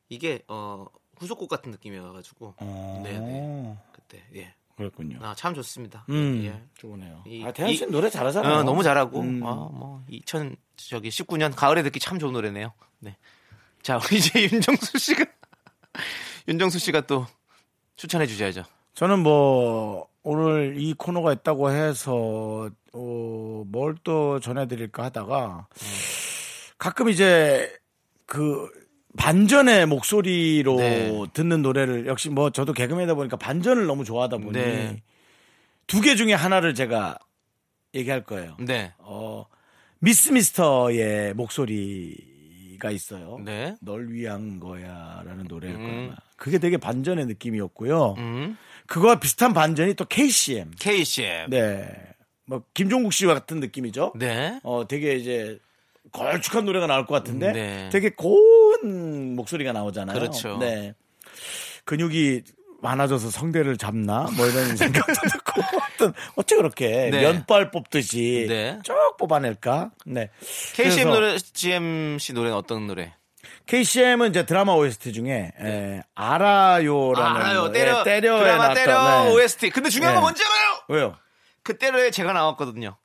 [SPEAKER 2] 이게 어 후속곡 같은 느낌이어가지고.
[SPEAKER 1] 어,
[SPEAKER 2] 네네. 그때 예.
[SPEAKER 1] 그랬군요.
[SPEAKER 2] 아, 참 좋습니다.
[SPEAKER 1] 음,
[SPEAKER 2] 예.
[SPEAKER 1] 좋으네요.
[SPEAKER 2] 이-
[SPEAKER 1] 아, 태연
[SPEAKER 2] 이-
[SPEAKER 1] 씨는 노래 잘하잖아요.
[SPEAKER 2] 어, 너무 잘하고
[SPEAKER 1] 음.
[SPEAKER 2] 아, 뭐 2000, 저기 19년 가을에 듣기 참 좋은 노래네요. 네. 자, 우리 이제 윤정수 씨가 윤정수 씨가 또 추천해 주셔야죠.
[SPEAKER 1] 저는 뭐 오늘 이 코너가 있다고 해서 어, 뭘 또 전해드릴까 하다가 가끔 이제 그 반전의 목소리로
[SPEAKER 2] 네.
[SPEAKER 1] 듣는 노래를 역시 뭐 저도 개그맨이다 보니까 반전을 너무 좋아하다 보니
[SPEAKER 2] 네.
[SPEAKER 1] 두 개 중에 하나를 제가 얘기할 거예요.
[SPEAKER 2] 네.
[SPEAKER 1] 어, 미스 미스터의 목소리가 있어요.
[SPEAKER 2] 네.
[SPEAKER 1] 널 위한 거야라는 노래일
[SPEAKER 2] 음.
[SPEAKER 1] 거예요. 그게 되게 반전의 느낌이었고요.
[SPEAKER 2] 음.
[SPEAKER 1] 그거와 비슷한 반전이 또 KCM.
[SPEAKER 2] K 씨의 네.
[SPEAKER 1] 네. 뭐 김종국 씨와 같은 느낌이죠.
[SPEAKER 2] 네.
[SPEAKER 1] 어 되게 이제 걸쭉한 노래가 나올 것 같은데
[SPEAKER 2] 네.
[SPEAKER 1] 되게 고운 목소리가 나오잖아요.
[SPEAKER 2] 그렇죠.
[SPEAKER 1] 네. 근육이 많아져서 성대를 잡나 뭐 이런 생각도 듣고 어떤 어째 그렇게
[SPEAKER 2] 네.
[SPEAKER 1] 면발 뽑듯이
[SPEAKER 2] 네.
[SPEAKER 1] 쭉 뽑아낼까? 네.
[SPEAKER 2] K 씨의
[SPEAKER 1] 그래서
[SPEAKER 2] 노래 GM 씨 노래는 어떤 노래?
[SPEAKER 1] KCM은 이제 드라마 OST 중에 에, 알아요라는
[SPEAKER 2] 네. 알아요.
[SPEAKER 1] 예,
[SPEAKER 2] 때려.
[SPEAKER 1] 때려에
[SPEAKER 2] 드라마
[SPEAKER 1] 나왔던,
[SPEAKER 2] 때려
[SPEAKER 1] 네.
[SPEAKER 2] OST. 근데
[SPEAKER 1] 네.
[SPEAKER 2] 중요한 건 뭔지 알아요?
[SPEAKER 1] 왜요?
[SPEAKER 2] 그 때려에 제가 나왔거든요.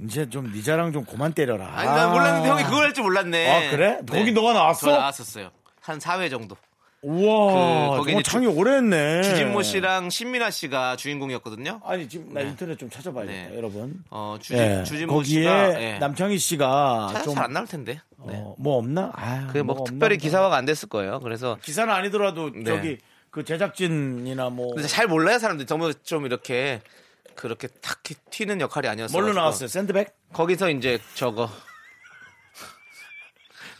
[SPEAKER 1] 이제 좀 네 자랑 좀 그만 때려라.
[SPEAKER 2] 아니, 난 몰랐는데 형이 그걸 할 줄 몰랐네.
[SPEAKER 1] 아, 그래? 거기 너가 나왔어?
[SPEAKER 2] 저 나왔었어요. 한 4회 정도.
[SPEAKER 1] 우와,
[SPEAKER 2] 그, 거기
[SPEAKER 1] 정말
[SPEAKER 2] 이제
[SPEAKER 1] 창이 오래 했네.
[SPEAKER 2] 주진모 씨랑 신민아 씨가 주인공이었거든요.
[SPEAKER 1] 아니, 지금 나
[SPEAKER 2] 네.
[SPEAKER 1] 인터넷 좀 찾아봐야겠다,
[SPEAKER 2] 네.
[SPEAKER 1] 여러분.
[SPEAKER 2] 어, 주진,
[SPEAKER 1] 예,
[SPEAKER 2] 주진모
[SPEAKER 1] 거기에
[SPEAKER 2] 씨가 예.
[SPEAKER 1] 남창희 씨가
[SPEAKER 2] 찾아서
[SPEAKER 1] 좀,
[SPEAKER 2] 잘안 나올 텐데. 네.
[SPEAKER 1] 어, 뭐 없나? 아유,
[SPEAKER 2] 그게 뭐
[SPEAKER 1] 뭐가
[SPEAKER 2] 특별히
[SPEAKER 1] 없나?
[SPEAKER 2] 기사화가 안 됐을 거예요. 그래서
[SPEAKER 1] 기사는 아니더라도
[SPEAKER 2] 네.
[SPEAKER 1] 저기 그 제작진이나 뭐.
[SPEAKER 2] 근데 잘 몰라요 사람들이 너무 좀 이렇게 그렇게 탁 튀- 튀는 역할이 아니었어요.
[SPEAKER 1] 뭘로 나왔어요? 샌드백?
[SPEAKER 2] 거기서 이제 저거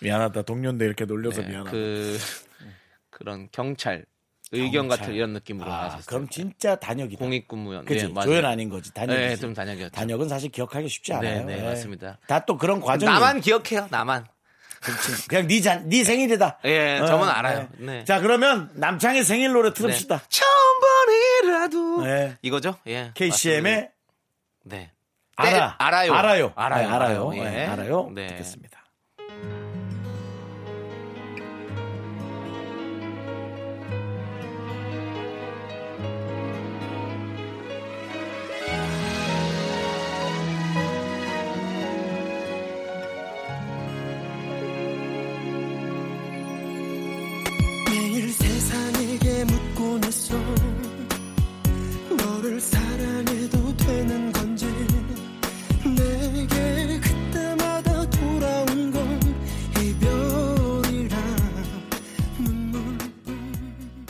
[SPEAKER 1] 미안하다. 동료인데 이렇게 놀려서
[SPEAKER 2] 예,
[SPEAKER 1] 미안하다.
[SPEAKER 2] 그 그런 경찰 의견
[SPEAKER 1] 경찰.
[SPEAKER 2] 같은 이런 느낌으로
[SPEAKER 1] 아,
[SPEAKER 2] 나왔어요.
[SPEAKER 1] 그럼 진짜 단역이다.
[SPEAKER 2] 공익근무원.
[SPEAKER 1] 그치?
[SPEAKER 2] 네, 맞아요.
[SPEAKER 1] 조연 아닌 거지. 단역이지.
[SPEAKER 2] 네, 좀 단역이었죠.
[SPEAKER 1] 단역은 사실 기억하기 쉽지 않아요. 예.
[SPEAKER 2] 네, 맞습니다.
[SPEAKER 1] 다 또 그런 과정이
[SPEAKER 2] 나만 기억해요. 나만.
[SPEAKER 1] 그렇지. 그냥 네, 잔, 네 생일이다.
[SPEAKER 2] 예, 저만 알아요. 네.
[SPEAKER 1] 자, 그러면 남창의 생일 노래 틀읍시다.
[SPEAKER 2] 처음 본 이제라도
[SPEAKER 1] 네.
[SPEAKER 2] 이거죠? 예.
[SPEAKER 1] KCM의
[SPEAKER 2] 맞습니다. 네.
[SPEAKER 1] 알아.
[SPEAKER 2] 네, 알아요.
[SPEAKER 1] 알아요.
[SPEAKER 2] 알아요.
[SPEAKER 1] 네, 알아요.
[SPEAKER 2] 알아요.
[SPEAKER 1] 네,
[SPEAKER 2] 예.
[SPEAKER 1] 알아요.
[SPEAKER 2] 네.
[SPEAKER 1] 듣겠습니다.
[SPEAKER 4] 매일 세상에게 묻곤 했어 너를 사랑해도 되는 건지 내게 그때마다 돌아온 건 이별이란 눈물뿐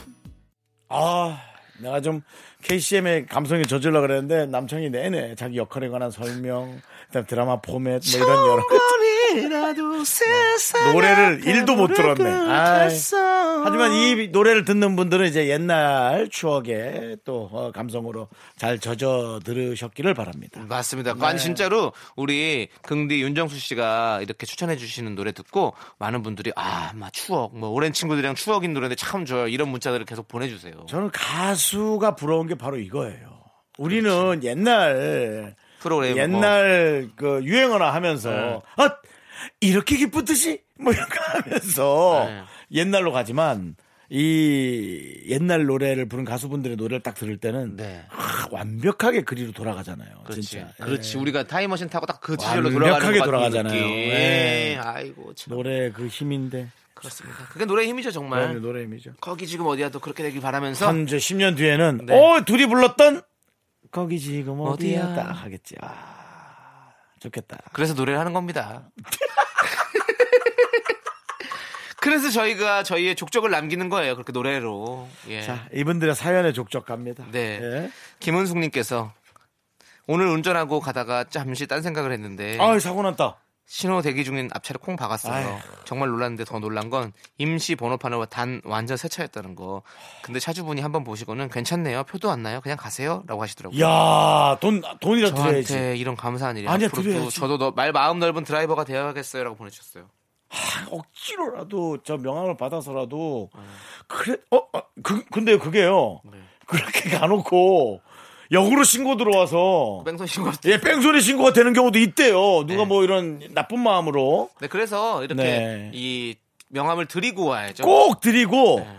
[SPEAKER 1] 아, 내가 좀 KCM의 감성에 젖으려 그랬는데 남창이 내내 자기 역할에 관한 설명, 그다음 드라마 포맷 뭐 이런 여러
[SPEAKER 2] 조금이라도 세상
[SPEAKER 1] 네. 노래를 일도 못 들었네. 아이.
[SPEAKER 2] 하지만
[SPEAKER 1] 하지만 이 노래를 듣는 분들은 이제 옛날 추억의 또 어, 감성으로 잘 젖어 들으셨기를 바랍니다.
[SPEAKER 2] 맞습니다. 아니 진짜로 우리 긍디 윤정수 씨가 이렇게 추천해 주시는 노래 듣고 많은 분들이 아, 막 추억, 뭐 오랜 친구들이랑 추억인 노래인데 참 좋아요. 이런 문자들을 계속 보내주세요.
[SPEAKER 1] 저는 가수가 부러운 게 바로 이거예요. 우리는 옛날
[SPEAKER 2] 프로그램 뭐.
[SPEAKER 1] 옛날 그 유행어나 하면서
[SPEAKER 2] 네.
[SPEAKER 1] 아 이렇게 기쁘듯이 뭐 이런 거 하면서
[SPEAKER 2] 네.
[SPEAKER 1] 옛날로 가지만 이 옛날 노래를 부른 가수분들의 노래를 딱 들을 때는
[SPEAKER 2] 네.
[SPEAKER 1] 아, 완벽하게 그리로 돌아가잖아요.
[SPEAKER 2] 그렇지.
[SPEAKER 1] 진짜.
[SPEAKER 2] 그렇지.
[SPEAKER 1] 예.
[SPEAKER 2] 우리가 타임머신 타고 딱 그 시절로
[SPEAKER 1] 완벽하게
[SPEAKER 2] 돌아가는 것 같은
[SPEAKER 1] 돌아가잖아요.
[SPEAKER 2] 느낌.
[SPEAKER 1] 예.
[SPEAKER 2] 아이고 참
[SPEAKER 1] 노래 그 힘인데
[SPEAKER 2] 네. 그렇습니다. 그게 노래 힘이죠 정말.
[SPEAKER 1] 그럼요, 네, 노래 힘이죠.
[SPEAKER 2] 거기 지금 어디야 또 그렇게 되길 바라면서
[SPEAKER 1] 한 이제 10년 뒤에는
[SPEAKER 2] 네.
[SPEAKER 1] 어 둘이 불렀던 거기 지금 어디야,
[SPEAKER 2] 어디야?
[SPEAKER 1] 딱 하겠지. 아 좋겠다.
[SPEAKER 2] 그래서 노래를 하는 겁니다. 그래서 저희가 저희의 족적을 남기는 거예요. 그렇게 노래로. 예.
[SPEAKER 1] 자 이분들의 사연의 족적 갑니다.
[SPEAKER 2] 네.
[SPEAKER 1] 예.
[SPEAKER 2] 김은숙님께서 오늘 운전하고 가다가 잠시 딴 생각을 했는데
[SPEAKER 1] 아 사고 났다.
[SPEAKER 2] 신호 대기 중인 앞차를 콩 박았어요.
[SPEAKER 1] 아휴.
[SPEAKER 2] 정말 놀랐는데 더 놀란 건 임시 번호판을 단 완전 새 차였다는 거. 근데 차주분이 한번 보시고는 괜찮네요. 표도 안 나요. 그냥 가세요라고 하시더라고요.
[SPEAKER 1] 야, 돈, 돈이라도 예, 드려야지.
[SPEAKER 2] 저한테 이런 감사한 일이
[SPEAKER 1] 아니야,
[SPEAKER 2] 앞으로도
[SPEAKER 1] 드려야지.
[SPEAKER 2] 저도 너, 말 마음 넓은 드라이버가 되어야겠어요라고 보내주셨어요.
[SPEAKER 1] 억지로라도 저 명함을 받아서라도 그래, 어, 어, 그, 근데 그게요. 그렇게 가놓고 역으로 신고 들어와서
[SPEAKER 2] 뺑소니 신고
[SPEAKER 1] 예, 뺑소니 신고가 되는 경우도 있대요. 누가
[SPEAKER 2] 네.
[SPEAKER 1] 뭐 이런 나쁜 마음으로
[SPEAKER 2] 네, 그래서 이렇게
[SPEAKER 1] 네.
[SPEAKER 2] 이 명함을 드리고 와야죠.
[SPEAKER 1] 꼭 드리고
[SPEAKER 2] 네.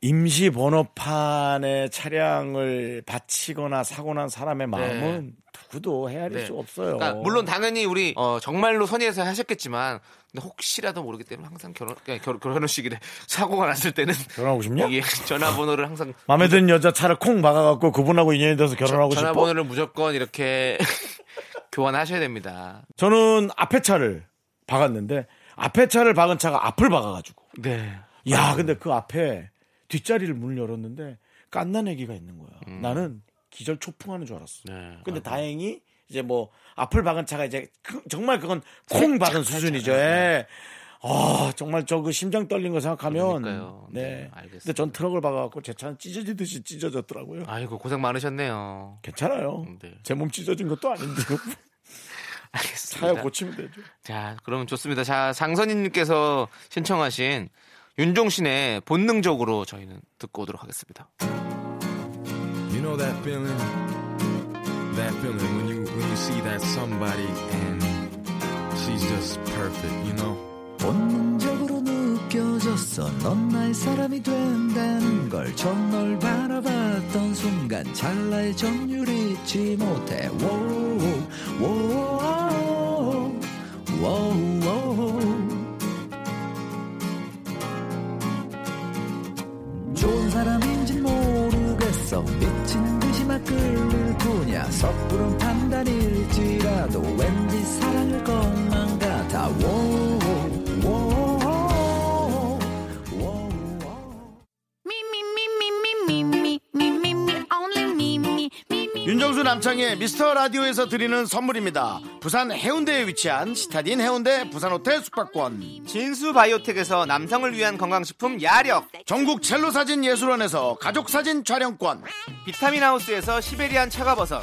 [SPEAKER 1] 임시 번호판에 차량을 바치거나 사고 난 사람의 마음은 누구도 헤아릴
[SPEAKER 2] 네.
[SPEAKER 1] 수 없어요.
[SPEAKER 2] 그러니까 물론 당연히 우리 어, 정말로 선의해서 하셨겠지만 근데 혹시라도 모르기 때문에 항상 결혼 그러니까 결, 결혼식이래 사고가 났을 때는
[SPEAKER 1] 결혼하고 싶냐?
[SPEAKER 2] 예, 전화번호를 항상
[SPEAKER 1] 마음에 드는 여자 차를 콩 박아갖고 그분하고 인연이 돼서 결혼하고 싶어.
[SPEAKER 2] 전화번호를 무조건 이렇게 교환하셔야 됩니다.
[SPEAKER 1] 저는 앞에 차를 박았는데 앞에 차를 박은 차가 앞을 박아가지고
[SPEAKER 2] 네.
[SPEAKER 1] 야 근데 그 앞에 뒷자리를 문을 열었는데 깐난 애기가 있는 거야 나는 기절 초풍하는 줄 알았어
[SPEAKER 2] 음. 네.
[SPEAKER 1] 근데 다행히 이제 뭐 앞을 박은 차가 이제 그- 정말 그건 콩 박은 수준이죠 예. 아 정말 저 그 심장 떨린 거 생각하면
[SPEAKER 2] 그러니까요.
[SPEAKER 1] 네,
[SPEAKER 2] 네,
[SPEAKER 1] 근데
[SPEAKER 2] 알겠습니다.
[SPEAKER 1] 전 트럭을 박아갖고 제 차는 찢어지듯이 찢어졌더라고요
[SPEAKER 2] 아이고 고생 많으셨네요.
[SPEAKER 1] 괜찮아요
[SPEAKER 2] 네.
[SPEAKER 1] 제 몸 찢어진 것도 아닌데 차야
[SPEAKER 2] 알겠습니다.
[SPEAKER 1] 고치면 되죠
[SPEAKER 2] 자, 그러면 좋습니다. 자, 장선인님께서 신청하신 윤종신의 본능적으로 저희는 듣고 오도록 하겠습니다.
[SPEAKER 6] You know that feeling? That feeling when you when you see that somebody and she's just perfect, you know?
[SPEAKER 7] 본능적으로 느껴졌어 넌 나의 사람이 된다는 걸전널 바라봤던 순간 찰나의 점유를 잊지 못해 워우 워우 워우 워우 좋은 사람인진 모르겠어 미치는 듯이 막 끌릴 뿐이야 섣부른 판단일지라도 왠지 사랑일 것만 같아 워 워, 워, 워.
[SPEAKER 8] Me, me, me, me, me, me, me, me, me, me, only me, me, me, me.
[SPEAKER 1] 윤정수 남창의 미스터 라디오에서 드리는 선물입니다. 부산 해운대에 위치한 시타딘 해운대 부산 호텔 숙박권.
[SPEAKER 2] 진수 바이오텍에서 남성을 위한 건강식품 야력,
[SPEAKER 1] 전국 첼로 사진 예술원에서 가족 사진 촬영권.
[SPEAKER 2] 비타민 하우스에서 시베리안 차가버섯,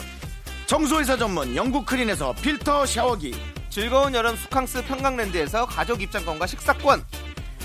[SPEAKER 1] 청소회사 전문 영국 크린에서 필터 샤워기.
[SPEAKER 2] 즐거운 여름 수캉스 평강랜드에서 가족 입장권과 식사권,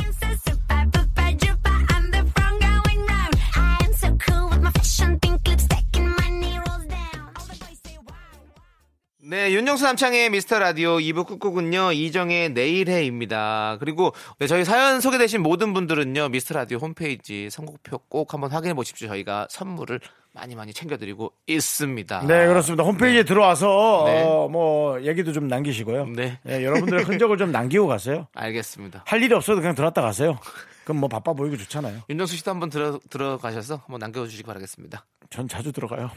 [SPEAKER 5] am so super, super, duper. I'm the front going round. I am so cool with my fashion, pink lipstick, and my knee rolls down. All the boys say wow.
[SPEAKER 2] 네, 윤정수 남창의 미스터 라디오 2부 끝곡은요, 이정의 내일해입니다. 그리고 네, 저희 사연 소개되신 모든 분들은요, 미스터 라디오 홈페이지 선곡표 꼭 한번 확인해 보십시오. 저희가 선물을 많이 많이 챙겨드리고 있습니다.
[SPEAKER 1] 네 그렇습니다 홈페이지에 들어와서
[SPEAKER 2] 네.
[SPEAKER 1] 어, 뭐 얘기도 좀 남기시고요
[SPEAKER 2] 네.
[SPEAKER 1] 예, 여러분들의 흔적을 좀 남기고 가세요
[SPEAKER 2] 알겠습니다.
[SPEAKER 1] 할 일이 없어도 그냥 들어왔다 가세요 그럼 뭐 바빠 보이고 좋잖아요
[SPEAKER 2] 윤정수 씨도 한번 들어, 들어가셔서 한번 남겨주시기 바라겠습니다.
[SPEAKER 1] 전 자주 들어가요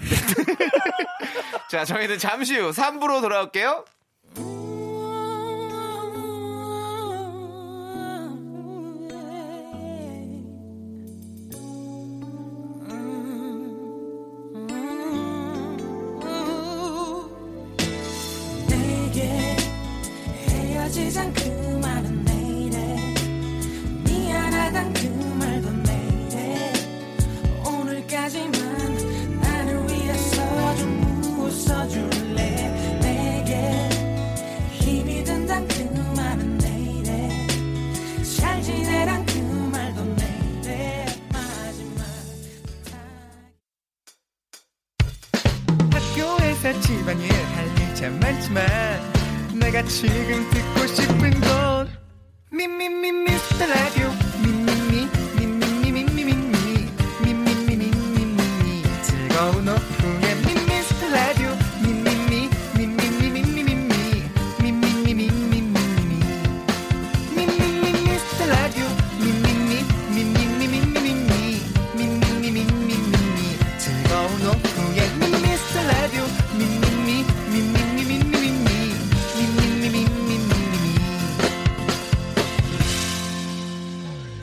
[SPEAKER 2] 자, 저희는 잠시 후 3부로 돌아올게요.
[SPEAKER 4] 내게 헤어지잔 그 말은 내일에 미안하단 그 말도 내일에 오늘까지만 나를 위해서 좀 웃어줄래 내게 힘이 든단 그 말은 내일에 잘 지내란 그 말도 내일에 마지막
[SPEAKER 7] 학교에서 집안일 할 일 참 많지만 내가 지금 듣고 싶은 건 미미미 미스터 라디오 미미미 미미미 미미미 미미미 미미미 미미미 즐거운 오후에 미미스터 라디오 미미미 미미미 미미미 미미미 미미미 미미미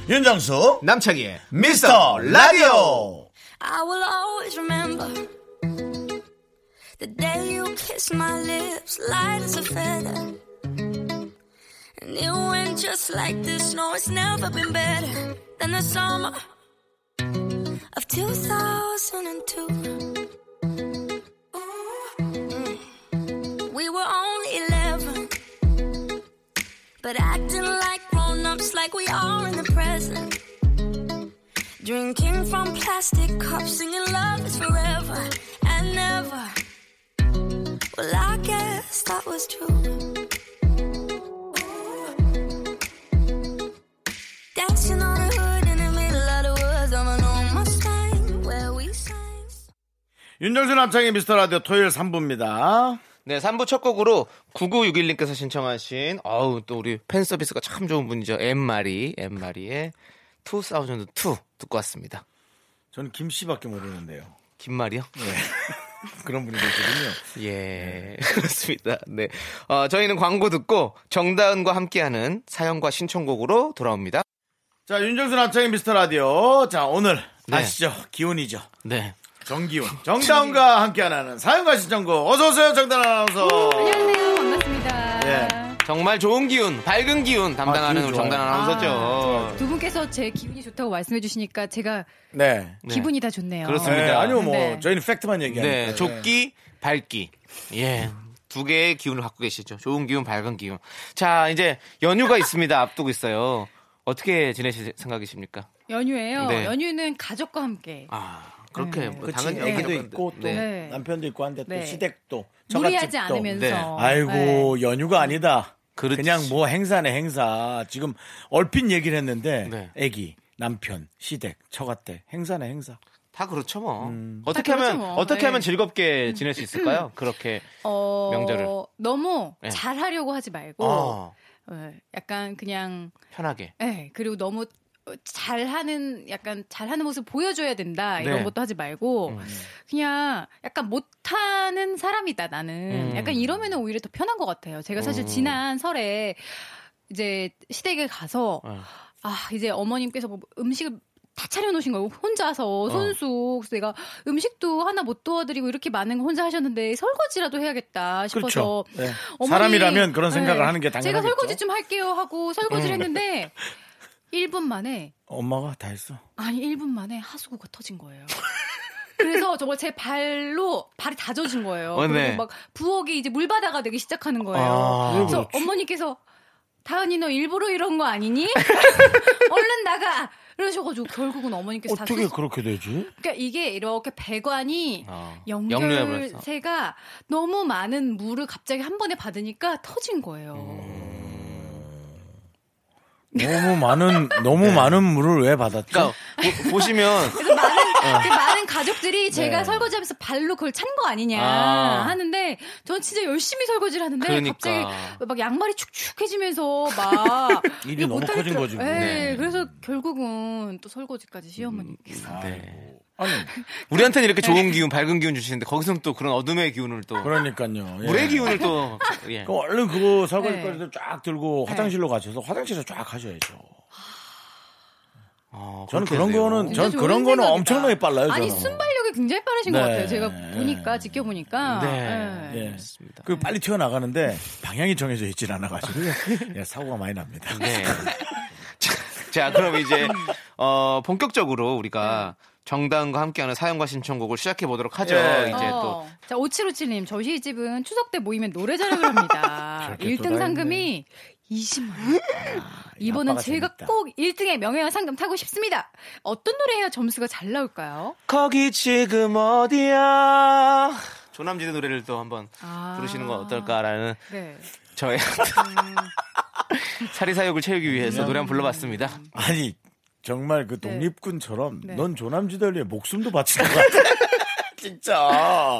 [SPEAKER 1] 윤정수 예.
[SPEAKER 2] 남창희의
[SPEAKER 1] 미스터 라디오
[SPEAKER 8] I will always remember the day you kissed my lips, light as a feather. And it went just like this. No, it's never been better than the summer of 2002. Ooh, mm. We were only 11, but acting like grown ups, like we are in the present. Drinking from plastic cups, singing love is forever and never. Well, I guess that was true. Dancing on a hood in the middle of the woods of an old Mustang where we sang.
[SPEAKER 1] 윤정수 남창의 미스터 라디오 토요일 3부입니다
[SPEAKER 2] 네, 3부 첫 곡으로 9961님께서 신청하신, 어우, 또 우리 팬 서비스가 참 좋은 분이죠. 엠마리, 엠마리의 2002 듣고 왔습니다.
[SPEAKER 1] 저는 김씨밖에 모르는데요
[SPEAKER 2] 김말이요?
[SPEAKER 1] 그런 분이 계시군요
[SPEAKER 2] 예, 그렇습니다. 네. 어, 저희는 광고 듣고 정다은과 함께하는 사연과 신청곡으로 돌아옵니다.
[SPEAKER 1] 자, 윤정수 남창의 미스터 라디오. 자, 오늘
[SPEAKER 2] 네.
[SPEAKER 1] 아시죠? 기온이죠.
[SPEAKER 2] 네.
[SPEAKER 1] 정기온. 정다운과 함께하는 사연과 신청곡. 어서오세요, 정다운 아나운서.
[SPEAKER 9] 음, 안녕하세요. 반갑습니다.
[SPEAKER 1] 예.
[SPEAKER 2] 정말 좋은 기운, 밝은 기운 담당하는
[SPEAKER 1] 기운
[SPEAKER 2] 우리
[SPEAKER 1] 좋아요.
[SPEAKER 2] 정다은 아나운서죠.
[SPEAKER 9] 두 분께서 제 기분이 좋다고 말씀해 주시니까 제가
[SPEAKER 1] 네.
[SPEAKER 2] 네.
[SPEAKER 9] 기분이 다 좋네요.
[SPEAKER 2] 그렇습니다.
[SPEAKER 1] 네, 아니요, 뭐,
[SPEAKER 9] 네.
[SPEAKER 1] 저희는 팩트만 얘기하는
[SPEAKER 2] 네, 좁기, 밝기. 예. 두 개의 기운을 갖고 계시죠. 좋은 기운, 밝은 기운. 자, 이제 연휴가 있습니다. 앞두고 있어요. 어떻게 지내실 생각이십니까?
[SPEAKER 9] 연휴예요.
[SPEAKER 2] 네.
[SPEAKER 9] 연휴는 가족과 함께
[SPEAKER 2] 아, 그렇게
[SPEAKER 9] 네.
[SPEAKER 2] 뭐
[SPEAKER 1] 그치,
[SPEAKER 2] 당연히
[SPEAKER 1] 애기도
[SPEAKER 2] 가족한테.
[SPEAKER 1] 있고, 또
[SPEAKER 2] 네.
[SPEAKER 9] 네.
[SPEAKER 1] 남편도 있고 한데, 또
[SPEAKER 9] 네.
[SPEAKER 1] 시댁도.
[SPEAKER 9] 무리하지
[SPEAKER 1] 처갓집도.
[SPEAKER 9] 않으면서.
[SPEAKER 2] 네.
[SPEAKER 9] 네.
[SPEAKER 1] 아이고, 연휴가 아니다.
[SPEAKER 2] 그렇지.
[SPEAKER 1] 그냥뭐 행사네, 행사. 지금 얼핏 얘기를 했는데,
[SPEAKER 2] 네.
[SPEAKER 1] 애기, 남편, 시댁, 처갓댁, 행사네, 행사.
[SPEAKER 2] 다 그렇죠 뭐. 어떻게
[SPEAKER 9] 다 그렇죠,
[SPEAKER 2] 하면
[SPEAKER 9] 뭐.
[SPEAKER 2] 어떻게
[SPEAKER 9] 네.
[SPEAKER 2] 하면 즐겁게 지낼 수 있을까요? 그렇게
[SPEAKER 9] 어,
[SPEAKER 2] 명절을.
[SPEAKER 9] 너무
[SPEAKER 2] 네.
[SPEAKER 9] 잘하려고 하지 말고
[SPEAKER 1] 아.
[SPEAKER 2] 어,
[SPEAKER 9] 예, 약간 그냥
[SPEAKER 2] 편하게.
[SPEAKER 9] 예, 그리고 너무 잘하는 약간 잘하는 모습 보여줘야 된다 이런
[SPEAKER 2] 네.
[SPEAKER 9] 것도 하지 말고
[SPEAKER 1] 음,
[SPEAKER 9] 그냥 약간 못하는 사람이다 나는
[SPEAKER 2] 음.
[SPEAKER 9] 약간 이러면은 오히려 더 편한 것 같아요. 제가 사실
[SPEAKER 1] 어.
[SPEAKER 2] 음.
[SPEAKER 9] 지난 설에 이제 시댁에 가서
[SPEAKER 2] 어.
[SPEAKER 9] 아 이제 어머님께서 뭐 음식을 다 차려놓으신 거예요.
[SPEAKER 1] 어.
[SPEAKER 9] 혼자서 손수 그래서 내가 음식도 하나 못 도와드리고 이렇게 많은 거 혼자 하셨는데 설거지라도 해야겠다
[SPEAKER 1] 그렇죠.
[SPEAKER 9] 싶어서
[SPEAKER 1] 네.
[SPEAKER 9] 어머니,
[SPEAKER 1] 사람이라면 그런 생각을
[SPEAKER 9] 네,
[SPEAKER 1] 하는 게 당연하죠.
[SPEAKER 9] 제가 설거지 좀 할게요 하고 설거지를 했는데 1분 만에
[SPEAKER 1] 엄마가 다 했어.
[SPEAKER 9] 아니 1분 만에 하수구가 터진 거예요. 그래서 저거 제 발로 발이 다 젖은 거예요.
[SPEAKER 2] 어,
[SPEAKER 9] 그리고
[SPEAKER 2] 네.
[SPEAKER 9] 막 부엌이 이제 물바다가 되기 시작하는 거예요.
[SPEAKER 2] 아.
[SPEAKER 9] 그래서 어머니께서 다은이 너 일부러 이런 거 아니니? 얼른 나가. 이러셔가지고 결국은 어머니께서 다
[SPEAKER 1] 어떻게
[SPEAKER 9] 수습-
[SPEAKER 1] 그렇게 되지?
[SPEAKER 9] 그러니까 이게 이렇게 배관이
[SPEAKER 2] 어. 영리해버렸어.
[SPEAKER 9] 연결세가 너무 많은 물을 갑자기 한 번에 받으니까 터진 거예요.
[SPEAKER 1] 너무 많은 너무 많은 물을 왜 받았죠?
[SPEAKER 2] 그러니까 보- 보시면
[SPEAKER 9] 그래서 많은,
[SPEAKER 1] 어.
[SPEAKER 9] 그 많은 가족들이 제가
[SPEAKER 1] 네.
[SPEAKER 9] 설거지하면서 발로 그걸 찬 거 아니냐
[SPEAKER 2] 아.
[SPEAKER 9] 하는데 전 진짜 열심히 설거지를 하는데
[SPEAKER 2] 그러니까.
[SPEAKER 9] 갑자기 막 양말이 축축해지면서 막
[SPEAKER 1] 일이
[SPEAKER 9] 이거
[SPEAKER 1] 너무
[SPEAKER 9] 못
[SPEAKER 1] 커진
[SPEAKER 9] 하겠더라-
[SPEAKER 1] 거지, 뭐.
[SPEAKER 9] 예,
[SPEAKER 2] 네.
[SPEAKER 9] 그래서 결국은 또 설거지까지
[SPEAKER 1] 음.
[SPEAKER 9] 시어머니께서
[SPEAKER 2] 네.
[SPEAKER 1] 아니
[SPEAKER 2] 우리한테는
[SPEAKER 9] 네.
[SPEAKER 2] 이렇게 좋은 기운, 밝은 기운 주시는데 거기서는 또 그런 어둠의 기운을 또
[SPEAKER 1] 그러니까요. 예.
[SPEAKER 2] 물의 기운을 또 예.
[SPEAKER 1] 그럼 얼른 그거 설거지
[SPEAKER 9] 네.
[SPEAKER 1] 거리도 쫙 들고 화장실로 가셔서 화장실에서 쫙 하셔야죠.
[SPEAKER 2] 어,
[SPEAKER 1] 저는
[SPEAKER 2] 그렇게
[SPEAKER 1] 그런
[SPEAKER 2] 되네요.
[SPEAKER 1] 거는
[SPEAKER 9] 진짜
[SPEAKER 1] 전
[SPEAKER 9] 좋은
[SPEAKER 1] 그런 거는
[SPEAKER 9] 생각이다.
[SPEAKER 1] 엄청나게 빨라요.
[SPEAKER 9] 아니
[SPEAKER 1] 저는.
[SPEAKER 9] 순발력이 굉장히 빠르신
[SPEAKER 1] 네.
[SPEAKER 9] 것 같아요. 제가
[SPEAKER 1] 네.
[SPEAKER 9] 보니까 지켜보니까
[SPEAKER 2] 네.
[SPEAKER 9] 예.
[SPEAKER 1] 예.
[SPEAKER 2] 좋습니다.
[SPEAKER 1] 그 빨리 튀어나가는데 방향이 정해져 있질 않아가지고 예, 사고가 많이 납니다.
[SPEAKER 2] 네. 자, 자, 그럼 이제 어, 본격적으로 우리가 정다은과 함께하는 사연과 신청곡을 시작해 보도록 하죠.
[SPEAKER 1] 예.
[SPEAKER 2] 이제
[SPEAKER 9] 어. 자, 5757님, 저희 집은 추석 때 모이면 노래 자랑을 합니다.
[SPEAKER 1] 저렇게
[SPEAKER 9] 1등
[SPEAKER 1] 또
[SPEAKER 9] 상금이 20만 원. 이번엔
[SPEAKER 1] 아빠가
[SPEAKER 9] 제가
[SPEAKER 1] 재밌다.
[SPEAKER 9] 꼭 1등의 명예와 상금 타고 싶습니다. 어떤 노래 해야 점수가 잘 나올까요?
[SPEAKER 2] 또 거기 지금 어디야? 조남지대 노래를 또 한번
[SPEAKER 9] 아.
[SPEAKER 2] 부르시는 건 어떨까라는
[SPEAKER 9] 네.
[SPEAKER 2] 저의 사리사욕을 채우기 위해서 노래 한번 불러봤습니다.
[SPEAKER 1] 아니 정말 그 독립군처럼
[SPEAKER 9] 네.
[SPEAKER 1] 넌 조남지대를 위해 목숨도 바치는 것 같아. 진짜.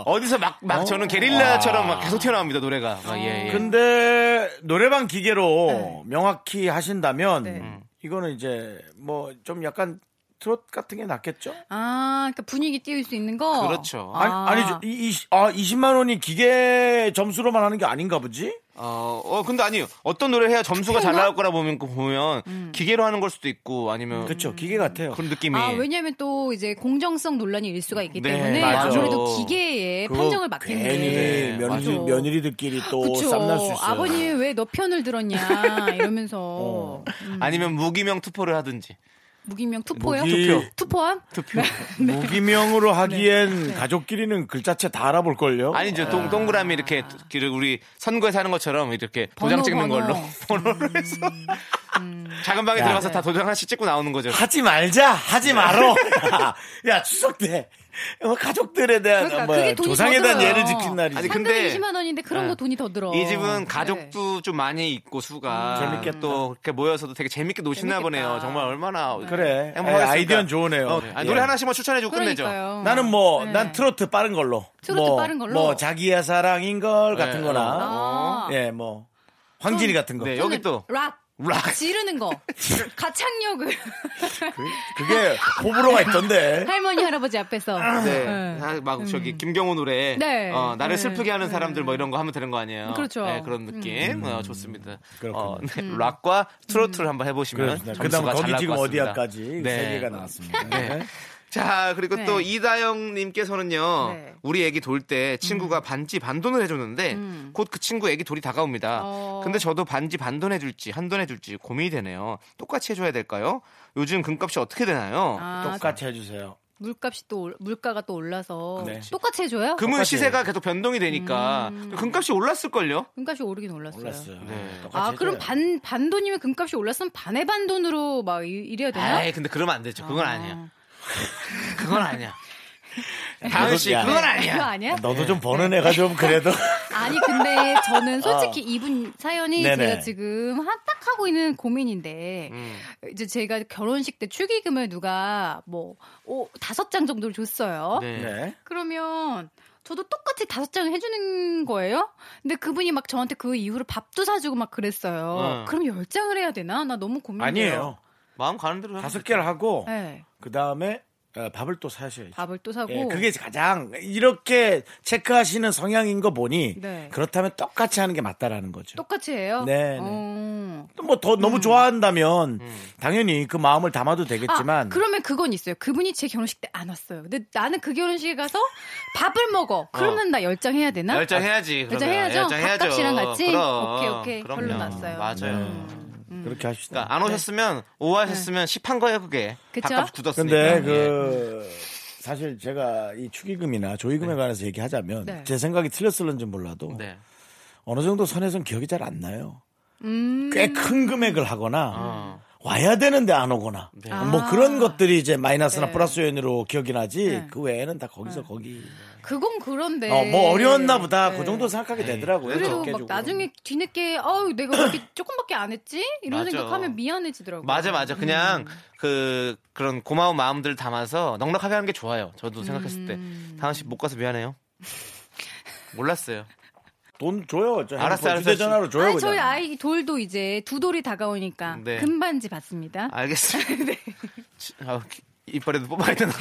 [SPEAKER 2] 어디서 막, 막 저는 게릴라처럼 막 계속 튀어나옵니다, 노래가. 막,
[SPEAKER 9] 네.
[SPEAKER 2] 예, 예.
[SPEAKER 1] 근데 노래방 기계로 명확히 하신다면
[SPEAKER 9] 네.
[SPEAKER 1] 이거는 이제 뭐 좀 약간 트롯 같은 게 낫겠죠?
[SPEAKER 9] 아, 그러니까 분위기 띄울 수 있는 거?
[SPEAKER 2] 그렇죠.
[SPEAKER 1] 아. 아니, 아니죠. 이, 이, 아, 20만 원이 기계 점수로만 하는 게 아닌가 보지?
[SPEAKER 2] 어, 어, 근데 아니요. 어떤 노래 해야 점수가 잘 나올 거라 보면, 그 보면 기계로 하는 걸 수도 있고 아니면
[SPEAKER 1] 그렇죠. 기계 같아요.
[SPEAKER 2] 그런 느낌이.
[SPEAKER 9] 음. 아, 왜냐면 또 이제 공정성 논란이 일 수가 있기
[SPEAKER 2] 네,
[SPEAKER 9] 때문에
[SPEAKER 2] 맞아요.
[SPEAKER 9] 아무래도 기계에
[SPEAKER 1] 그거
[SPEAKER 9] 판정을 맡기는
[SPEAKER 1] 괜히 네,
[SPEAKER 9] 게
[SPEAKER 1] 며느리,
[SPEAKER 9] 네, 맞아.
[SPEAKER 1] 며느리들끼리 또
[SPEAKER 9] 그쵸.
[SPEAKER 1] 쌈날 수 있어요.
[SPEAKER 9] 아버님 왜 너 편을 들었냐 이러면서
[SPEAKER 1] 어.
[SPEAKER 9] 음,
[SPEAKER 2] 아니면 무기명 투표를 하든지.
[SPEAKER 9] 무기명 투포요?
[SPEAKER 1] 무기- 투표.
[SPEAKER 9] 투포함? 네.
[SPEAKER 2] 투표.
[SPEAKER 1] 무기명으로 하기엔 가족끼리는 글자체 다 알아볼 걸요.
[SPEAKER 9] 어.
[SPEAKER 2] 아니죠. 동, 동그라미 이렇게 길을 우리 선거에서 하는 것처럼 이렇게 도장
[SPEAKER 9] 번호,
[SPEAKER 2] 찍는
[SPEAKER 9] 번호. 음.
[SPEAKER 2] 걸로 번호를 해서 작은 방에
[SPEAKER 1] 야.
[SPEAKER 2] 들어가서 다 도장 하나씩 찍고 나오는 거죠.
[SPEAKER 9] 아,
[SPEAKER 1] 하지 말자, 하지 말어. 야 추석 때 어, 가족들에 대한
[SPEAKER 9] 그러니까
[SPEAKER 1] 뭐
[SPEAKER 9] 그게 돈이
[SPEAKER 1] 조상에
[SPEAKER 9] 더
[SPEAKER 1] 대한
[SPEAKER 9] 들어요.
[SPEAKER 1] 예를 지킨 날이지.
[SPEAKER 2] 아니,
[SPEAKER 9] 상금
[SPEAKER 2] 근데-
[SPEAKER 9] 20만 원인데
[SPEAKER 1] 네.
[SPEAKER 9] 그런 거 돈이 더 들어.
[SPEAKER 2] 이 집은
[SPEAKER 9] 네. 음.
[SPEAKER 2] 가족도 좀 많이 있고 수가
[SPEAKER 1] 재밌겠다.
[SPEAKER 2] 또 이렇게 모여서도 되게 재밌게 노시나
[SPEAKER 9] 재밌겠다. 음.
[SPEAKER 2] 보네요. 정말 얼마나
[SPEAKER 1] 그래. 예,
[SPEAKER 2] 행복하겠습니까?
[SPEAKER 1] 아이디어는 좋으네요.
[SPEAKER 2] 어, 아니, 노래
[SPEAKER 1] 예.
[SPEAKER 2] 하나씩만 추천해주고 끝내죠.
[SPEAKER 9] 그러니까요.
[SPEAKER 1] 나는 뭐 난
[SPEAKER 9] 네.
[SPEAKER 1] 트로트 빠른 걸로.
[SPEAKER 9] 트로트
[SPEAKER 1] 뭐,
[SPEAKER 9] 빠른 걸로?
[SPEAKER 1] 뭐 자기야 사랑인 걸
[SPEAKER 2] 네,
[SPEAKER 1] 같은거나.
[SPEAKER 9] 아,
[SPEAKER 1] 예, 뭐 황진이 같은 거.
[SPEAKER 2] 네,
[SPEAKER 9] 저는
[SPEAKER 2] 어. 여기 또
[SPEAKER 9] 락.
[SPEAKER 2] 락. 네.
[SPEAKER 9] 지르는 거. 가창력을 네.
[SPEAKER 1] 그게 호불호가 있던데.
[SPEAKER 9] 할머니 할아버지 앞에서.
[SPEAKER 2] 네.
[SPEAKER 9] 네.
[SPEAKER 2] 아, 막 저기 김경호 노래.
[SPEAKER 9] 네.
[SPEAKER 2] 어, 나를
[SPEAKER 9] 네.
[SPEAKER 2] 슬프게 하는 사람들 뭐 이런 거 하면 되는 거 아니에요.
[SPEAKER 9] 그렇죠. 음.
[SPEAKER 2] 네, 그런 느낌. 어, 좋습니다.
[SPEAKER 1] 그렇군요.
[SPEAKER 2] 어, 네. 락과 트로트를 한번 해보시면
[SPEAKER 1] 그렇습니다.
[SPEAKER 2] 점수가
[SPEAKER 1] 그다음
[SPEAKER 2] 잘
[SPEAKER 1] 거기
[SPEAKER 2] 나올
[SPEAKER 1] 지금
[SPEAKER 2] 것 같습니다.
[SPEAKER 1] 어디야까지
[SPEAKER 2] 네.
[SPEAKER 1] 세 개가 나왔습니다.
[SPEAKER 2] 네. 자 그리고
[SPEAKER 9] 네.
[SPEAKER 2] 또 이다영님께서는요
[SPEAKER 9] 네.
[SPEAKER 2] 우리 애기 돌 때 친구가 반지 반돈을 해줬는데
[SPEAKER 9] 음.
[SPEAKER 2] 곧 그 친구 애기 돌이 다가옵니다.
[SPEAKER 9] 어.
[SPEAKER 2] 근데 저도 반지 반돈 해줄지 한돈 해줄지 고민이 되네요. 똑같이 해줘야 될까요? 요즘 금값이 어떻게 되나요?
[SPEAKER 9] 아,
[SPEAKER 1] 똑같이 해주세요.
[SPEAKER 9] 물값이 또 올- 물가가 또 올라서
[SPEAKER 1] 네.
[SPEAKER 9] 똑같이 해줘요?
[SPEAKER 2] 금은
[SPEAKER 1] 똑같이
[SPEAKER 2] 시세가 계속 변동이 되니까
[SPEAKER 9] 음.
[SPEAKER 2] 금값이 올랐을걸요?
[SPEAKER 9] 금값이 오르긴 올랐어요.
[SPEAKER 1] 몰랐어요.
[SPEAKER 2] 네.
[SPEAKER 1] 똑같이
[SPEAKER 9] 아
[SPEAKER 1] 해줘요.
[SPEAKER 9] 그럼 반 반돈이면 금값이 올랐으면 반의 반돈으로 막 이- 이래야 되나?
[SPEAKER 2] 에이, 근데 그러면 안 되죠. 그건
[SPEAKER 9] 아.
[SPEAKER 2] 아니야. 그건 아니야. 다은 씨, 그건
[SPEAKER 9] 그거
[SPEAKER 2] 아니야.
[SPEAKER 9] 아니야?
[SPEAKER 1] 너도 좀 버는 애가 좀 그래도
[SPEAKER 9] 아니 근데 저는 솔직히 이분 사연이
[SPEAKER 1] 어. 네네.
[SPEAKER 9] 제가 지금 하- 딱 하고 있는 고민인데
[SPEAKER 2] 음.
[SPEAKER 9] 이제 제가 결혼식 때 축의금을 누가 뭐 오, 다섯 장 정도를 줬어요.
[SPEAKER 2] 네.
[SPEAKER 1] 네.
[SPEAKER 9] 그러면 저도 똑같이 다섯 장을 해주는 거예요. 근데 그분이 막 저한테 그 이후로 밥도 사주고 막
[SPEAKER 2] 음.
[SPEAKER 9] 그랬어요. 그럼 열 장을 해야 되나? 나 너무 고민돼요.
[SPEAKER 1] 아니에요.
[SPEAKER 2] 마음 가는 대로
[SPEAKER 1] 다섯 개를 하고
[SPEAKER 9] 네,
[SPEAKER 1] 그 다음에 밥을 또 사셔야죠.
[SPEAKER 9] 밥을 또 사고.
[SPEAKER 1] 예, 그게 가장 이렇게 체크하시는 성향인 거 보니
[SPEAKER 9] 네.
[SPEAKER 1] 그렇다면 똑같이 하는 게 맞다라는 거죠.
[SPEAKER 9] 똑같이 해요.
[SPEAKER 1] 네, 네.
[SPEAKER 9] 어.
[SPEAKER 1] 또 뭐 더 너무 좋아한다면
[SPEAKER 2] 음.
[SPEAKER 1] 당연히 그 마음을 담아도 되겠지만
[SPEAKER 9] 아, 그러면 그건 있어요. 그분이 제 결혼식 때 안 왔어요. 근데 나는 그 결혼식에 가서 밥을 먹어. 그러면 나 열장 해야 되나?
[SPEAKER 2] 열장 해야지.
[SPEAKER 9] 열장
[SPEAKER 2] 그러면.
[SPEAKER 9] 해야죠?
[SPEAKER 2] 열장 해야죠.
[SPEAKER 9] 밥값이랑 같이?
[SPEAKER 2] 그럼.
[SPEAKER 9] 오케이, 오케이.
[SPEAKER 2] 그럼요.
[SPEAKER 9] 결론 났어요. 음. 네.
[SPEAKER 2] 맞아요.
[SPEAKER 1] 음. 그렇게 하십시다.
[SPEAKER 2] 그러니까 안 오셨으면 오하셨으면 씹한 거예요 그게.
[SPEAKER 9] 그쵸?
[SPEAKER 2] 밥값 굳었으니까.
[SPEAKER 1] 근데
[SPEAKER 2] 예.
[SPEAKER 1] 그 사실 제가 이 축의금이나 조의금에 관해서 얘기하자면
[SPEAKER 9] 네.
[SPEAKER 1] 제 생각이 틀렸을는지 몰라도
[SPEAKER 2] 네.
[SPEAKER 1] 어느 정도 선에선 기억이 잘 안 나요.
[SPEAKER 9] 음.
[SPEAKER 1] 꽤 큰 금액을 하거나
[SPEAKER 2] 아.
[SPEAKER 1] 와야 되는데 안 오거나
[SPEAKER 2] 네.
[SPEAKER 1] 뭐 그런 것들이 이제 마이너스나
[SPEAKER 9] 아. 네.
[SPEAKER 1] 플러스 요인으로 기억이 나지
[SPEAKER 9] 네.
[SPEAKER 1] 그 외에는 다 거기서 거기
[SPEAKER 9] 그건 그런데.
[SPEAKER 1] 어, 뭐 어려웠나 보다
[SPEAKER 9] 네.
[SPEAKER 1] 그 정도 생각하게 되더라고요.
[SPEAKER 9] 그리고 막
[SPEAKER 1] 적게적으로.
[SPEAKER 9] 나중에 뒤늦게 아우 내가 그렇게 조금밖에 안 했지 이런
[SPEAKER 2] 맞아.
[SPEAKER 9] 생각하면 미안해지더라고요.
[SPEAKER 2] 맞아 맞아 그냥
[SPEAKER 9] 음.
[SPEAKER 2] 그 그런 고마운 마음들을 담아서 넉넉하게 하는 게 좋아요. 저도 생각했을
[SPEAKER 9] 음.
[SPEAKER 2] 때 다은 씨못 가서 미안해요. 몰랐어요.
[SPEAKER 1] 돈 줘요. 저
[SPEAKER 2] 알았어, 알았어.
[SPEAKER 1] 휴대전화로 줘요.
[SPEAKER 9] 아니,
[SPEAKER 1] 그냥.
[SPEAKER 9] 저희 아이 돌도 이제 두 돌이 다가오니까
[SPEAKER 2] 네.
[SPEAKER 9] 금반지 받습니다.
[SPEAKER 2] 알겠습니다.
[SPEAKER 9] 네.
[SPEAKER 2] 치- 아우, 기- 이빨에도 뽑아야 되나?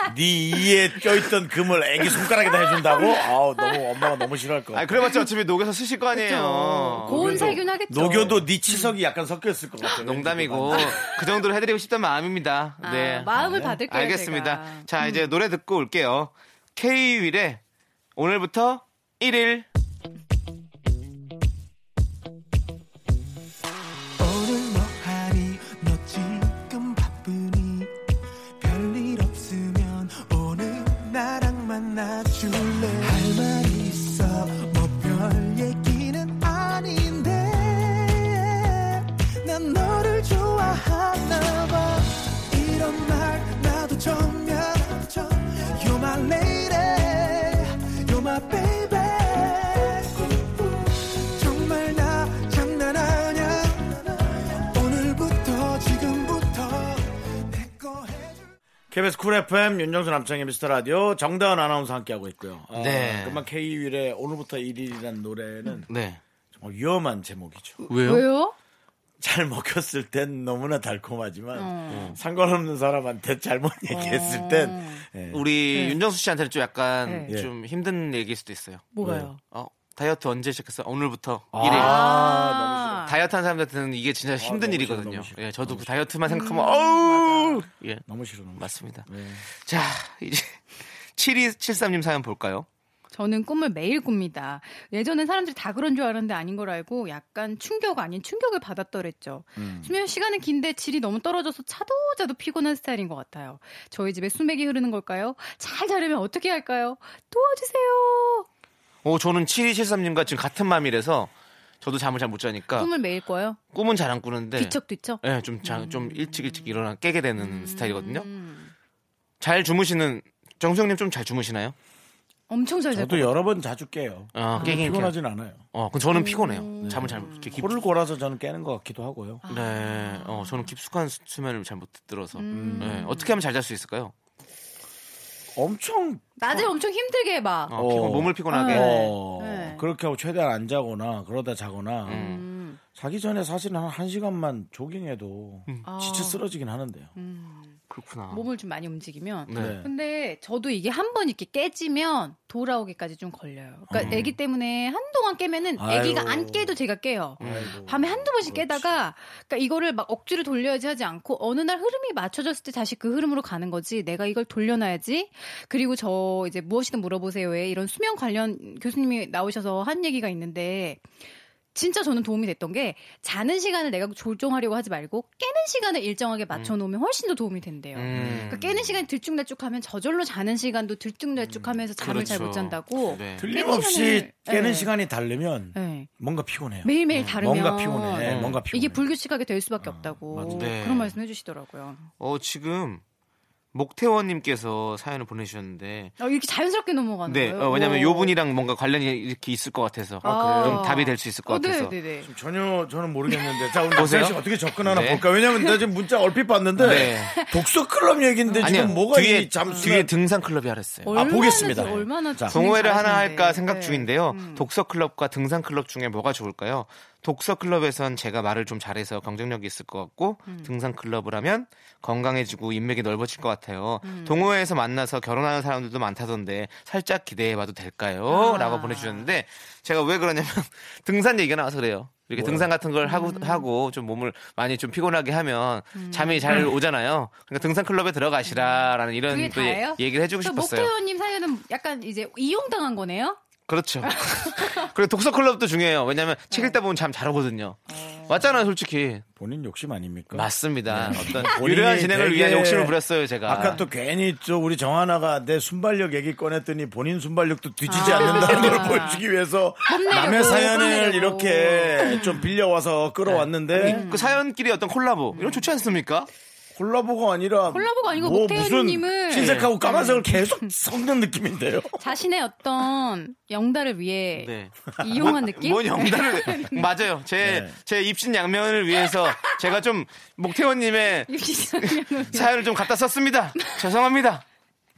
[SPEAKER 9] 아-
[SPEAKER 1] 네 이에 껴있던 금을 애기 손가락에다 해준다고? 아우 너무 엄마가 너무 싫어할 것
[SPEAKER 2] 아
[SPEAKER 1] 같아.
[SPEAKER 2] 그래봤자 어차피 녹여서 쓰실 거 아니에요. 어,
[SPEAKER 9] 고온 살균 하겠죠.
[SPEAKER 1] 녹여도 네 치석이 약간 섞였을 것 같아.
[SPEAKER 2] 농담이고 그 정도로 해드리고 싶단 마음입니다.
[SPEAKER 9] 아,
[SPEAKER 2] 네.
[SPEAKER 9] 마음을 받을게요.
[SPEAKER 2] 알겠습니다.
[SPEAKER 9] 제가. 음.
[SPEAKER 2] 자 이제 노래 듣고 올게요. K 윌의 오늘부터 1일
[SPEAKER 7] 오늘 뭐 하니 너 지금 바쁘니 별일 없으면
[SPEAKER 1] 네,
[SPEAKER 7] 오늘 나랑 만나줄래 할 말 있어 뭐 별 얘기는 아닌데 난 너를 좋아하나 봐 이런 말 나도 처음이야 나도 처음. You're my lady You're my baby 정말 나 장난 아냐 오늘부터 지금부터 내거 해줄
[SPEAKER 1] KBS 쿨 FM 윤정수 남창의 미스터 라디오 정다은 아나운서 함께하고 있고요. 아,
[SPEAKER 2] 네.
[SPEAKER 1] 금방 K-윌의 오늘부터 1일이라는 노래는
[SPEAKER 2] 네.
[SPEAKER 1] 정말 위험한 제목이죠.
[SPEAKER 9] 왜요?
[SPEAKER 1] 잘 먹혔을 땐 너무나 달콤하지만 상관없는 사람한테 잘못 얘기했을 땐 예.
[SPEAKER 2] 우리 윤정수 씨한테는 좀 약간
[SPEAKER 1] 네.
[SPEAKER 2] 좀 힘든 얘기일 수도 있어요.
[SPEAKER 9] 뭐가요?
[SPEAKER 2] 어, 다이어트 언제 시작했어? 오늘부터
[SPEAKER 1] 아,
[SPEAKER 2] 1일.
[SPEAKER 1] 아,
[SPEAKER 2] 다이어트 하는 사람들한테는 이게 진짜 힘든
[SPEAKER 1] 너무 싫어,
[SPEAKER 2] 일이거든요.
[SPEAKER 1] 너무 싫어.
[SPEAKER 2] 예, 저도 그 다이어트만 생각하면
[SPEAKER 1] 음,
[SPEAKER 2] 어우. 예.
[SPEAKER 1] 너무 싫어. 너무 싫어.
[SPEAKER 2] 맞습니다.
[SPEAKER 1] 네.
[SPEAKER 2] 자, 이제 7273님 사연 볼까요?
[SPEAKER 9] 저는 꿈을 매일 꿉니다. 예전엔 사람들이 다 그런 줄 알았는데 아닌 걸 알고 약간 충격 아닌 충격을 받았더랬죠.
[SPEAKER 1] 음.
[SPEAKER 9] 수면 시간은 긴데 질이 너무 떨어져서 차도 자도 피곤한 스타일인 것 같아요. 저희 집에 수맥이 흐르는 걸까요? 잘 자려면 어떻게 할까요? 도와주세요.
[SPEAKER 2] 오, 어, 저는 7273님과 지금 같은 마음이라서 저도 잠을 잘 못
[SPEAKER 1] 아.
[SPEAKER 2] 자니까
[SPEAKER 9] 꿈을 매일 꿔요.
[SPEAKER 2] 꿈은 잘 안
[SPEAKER 1] 네.
[SPEAKER 2] 꾸는데
[SPEAKER 9] 뒤척뒤척.
[SPEAKER 2] 예, 좀, 자,
[SPEAKER 1] 음.
[SPEAKER 2] 좀 일찍 일찍 일어나 깨게 되는 스타일이거든요. 잘 주무시는 정수영님 좀 잘 주무시나요?
[SPEAKER 9] 엄청 잘 자고.
[SPEAKER 1] 저도 여러 번 자주 깨요.
[SPEAKER 2] 아,
[SPEAKER 1] 그렇게
[SPEAKER 2] 깨긴
[SPEAKER 1] 피곤하진 않아요.
[SPEAKER 2] 어, 그럼
[SPEAKER 9] 음.
[SPEAKER 2] 저는 피곤해요. 잠을 잘 이렇게 깊.
[SPEAKER 1] 코를 골아서 저는 깨는 것 같기도 하고요.
[SPEAKER 9] 아.
[SPEAKER 2] 네, 어, 저는 깊숙한 수- 수면을 잘 못 들어서
[SPEAKER 9] 음.
[SPEAKER 2] 네, 어떻게 하면 잘 잘 수 있을까요?
[SPEAKER 1] 엄청
[SPEAKER 9] 낮에 엄청 힘들게 해봐.
[SPEAKER 2] 어,
[SPEAKER 1] 어.
[SPEAKER 2] 피곤, 몸을 피곤하게.
[SPEAKER 1] 어,
[SPEAKER 9] 네.
[SPEAKER 1] 그렇게 하고 최대한 안 자거나 그러다 자거나
[SPEAKER 2] 음.
[SPEAKER 9] 음.
[SPEAKER 1] 자기 전에 사실 한 1시간만 조깅해도
[SPEAKER 9] 아, 음.
[SPEAKER 1] 지쳐 쓰러지긴 하는데요. 어.
[SPEAKER 2] 그렇구나.
[SPEAKER 9] 몸을 좀 많이 움직이면
[SPEAKER 2] 네.
[SPEAKER 9] 근데 저도 이게 한 번 이렇게 깨지면 돌아오기까지 좀 걸려요. 그러니까 아기 때문에 한동안 깨면은
[SPEAKER 1] 음. 아유.
[SPEAKER 9] 아기가 안 깨도 제가 깨요.
[SPEAKER 1] 아이고.
[SPEAKER 9] 밤에 한두 번씩
[SPEAKER 1] 그렇지.
[SPEAKER 9] 깨다가 그러니까 이거를 막 억지로 돌려야지 하지 않고 어느 날 흐름이 맞춰졌을 때 다시 그 흐름으로 가는 거지 내가 이걸 돌려놔야지 그리고 저 이제 무엇이든 물어보세요에 이런 수면 관련 교수님이 나오셔서 한 얘기가 있는데 진짜 저는 도움이 됐던 게 자는 시간을 내가 조정하려고 하지 말고 깨는 시간을 일정하게 맞춰놓으면 훨씬 더 도움이 된대요.
[SPEAKER 2] 음.
[SPEAKER 9] 그러니까 깨는 시간이 들쭉날쭉하면 저절로 자는 시간도 들쭉날쭉하면서 잠을 잘 못
[SPEAKER 2] 그렇죠.
[SPEAKER 9] 잔다고.
[SPEAKER 2] 네.
[SPEAKER 1] 틀림없이
[SPEAKER 9] 깨는 시간을-
[SPEAKER 1] 깨는
[SPEAKER 9] 네.
[SPEAKER 1] 시간이 다르면
[SPEAKER 9] 네.
[SPEAKER 1] 뭔가 피곤해요.
[SPEAKER 9] 매일매일 다르면
[SPEAKER 1] 네.
[SPEAKER 9] 어.
[SPEAKER 1] 뭔가 피곤해.
[SPEAKER 2] 네.
[SPEAKER 1] 뭔가 피곤해.
[SPEAKER 9] 이게 불규칙하게 될 수밖에 없다고
[SPEAKER 2] 맞아. 네.
[SPEAKER 9] 그런 말씀 해주시더라고요.
[SPEAKER 2] 어, 지금 목태원님께서 사연을 보내주셨는데.
[SPEAKER 9] 어, 이렇게 자연스럽게 넘어가는
[SPEAKER 2] 네,
[SPEAKER 9] 거예요.
[SPEAKER 2] 어, 왜냐면
[SPEAKER 9] 오.
[SPEAKER 2] 요 분이랑 뭔가 관련이 이렇게 있을 것 같아서
[SPEAKER 9] 아.
[SPEAKER 2] 좀 답이 될 수 있을 것
[SPEAKER 9] 어, 네,
[SPEAKER 2] 같아서.
[SPEAKER 9] 네, 네.
[SPEAKER 1] 지금 전혀 저는 모르겠는데 자 오늘
[SPEAKER 2] 보세요.
[SPEAKER 1] 보세요 어떻게 접근하나
[SPEAKER 2] 네.
[SPEAKER 1] 볼까 왜냐면 나 지금 문자 얼핏 봤는데
[SPEAKER 2] 네.
[SPEAKER 1] 독서 클럽 얘기인데
[SPEAKER 2] 아니요,
[SPEAKER 1] 지금 뭐가
[SPEAKER 2] 뒤에
[SPEAKER 1] 이 잠수
[SPEAKER 2] 뒤에 등산 클럽이 알았어요.
[SPEAKER 1] 아, 보겠습니다.
[SPEAKER 9] 얼마나, 얼마나
[SPEAKER 1] 자.
[SPEAKER 2] 동호회를 하나
[SPEAKER 9] 잘하시는데.
[SPEAKER 2] 할까 생각
[SPEAKER 9] 네.
[SPEAKER 2] 중인데요.
[SPEAKER 9] 음.
[SPEAKER 2] 독서 클럽과 등산 클럽 중에 뭐가 좋을까요? 독서 클럽에선 제가 말을 좀 잘해서 경쟁력이 있을 것 같고
[SPEAKER 9] 음.
[SPEAKER 2] 등산 클럽을 하면 건강해지고 인맥이 넓어질 것 같아요.
[SPEAKER 9] 음.
[SPEAKER 2] 동호회에서 만나서 결혼하는 사람들도 많다던데 살짝 기대해봐도 될까요?
[SPEAKER 9] 아.
[SPEAKER 2] 라고 보내주셨는데 제가 왜 그러냐면 등산 얘기가 나와서 그래요. 이렇게 등산 같은 걸 하고
[SPEAKER 9] 음.
[SPEAKER 2] 하고 좀 몸을 많이 좀 피곤하게 하면 잠이 잘 오잖아요. 그러니까 등산 클럽에 들어가시라라는 이런
[SPEAKER 9] 그게
[SPEAKER 2] 또 예-
[SPEAKER 9] 다예요?
[SPEAKER 2] 얘기를 해주고
[SPEAKER 9] 그러니까
[SPEAKER 2] 싶었어요.
[SPEAKER 9] 목태원님 사연은 약간 이제 이용당한 거네요.
[SPEAKER 2] 그렇죠. 그리고 독서 클럽도 중요해요. 왜냐면 책 읽다 보면 잠 잘오거든요. 맞잖아요, 솔직히.
[SPEAKER 1] 본인 욕심 아닙니까? 네.
[SPEAKER 2] 맞습니다. 어떤
[SPEAKER 1] 그러니까. 본인이
[SPEAKER 2] 유려한 진행을
[SPEAKER 1] 되게-
[SPEAKER 2] 위한 욕심을 부렸어요, 제가.
[SPEAKER 1] 아까 또 괜히 저 우리 정하나가 내 순발력 얘기 꺼냈더니 본인 순발력도
[SPEAKER 9] 아.
[SPEAKER 1] 뒤지지 않는다는 걸 보여주기 위해서
[SPEAKER 9] 뽐내려고,
[SPEAKER 1] 남의 사연을
[SPEAKER 9] 뽐내려고. 네.
[SPEAKER 1] 이렇게 좀 빌려와서 끌어왔는데
[SPEAKER 2] 그 사연끼리 어떤 콜라보 이런 거 좋지 않습니까?
[SPEAKER 1] 콜라보가 아니라
[SPEAKER 9] 콜라보가 아니고
[SPEAKER 1] 뭐
[SPEAKER 9] 목태현
[SPEAKER 1] 무슨
[SPEAKER 9] 님을- 네.
[SPEAKER 1] 흰색하고 까만색을 계속 섞는 느낌인데요.
[SPEAKER 9] 자신의 어떤 영달을 위해
[SPEAKER 2] 네.
[SPEAKER 9] 이용한 느낌?
[SPEAKER 2] 뭔 영단을 맞아요. 제 제
[SPEAKER 1] 네.
[SPEAKER 2] 입신 양면을 위해서 제가 좀 목태원님의
[SPEAKER 9] 예.
[SPEAKER 2] 사연을 좀 갖다 썼습니다. 죄송합니다.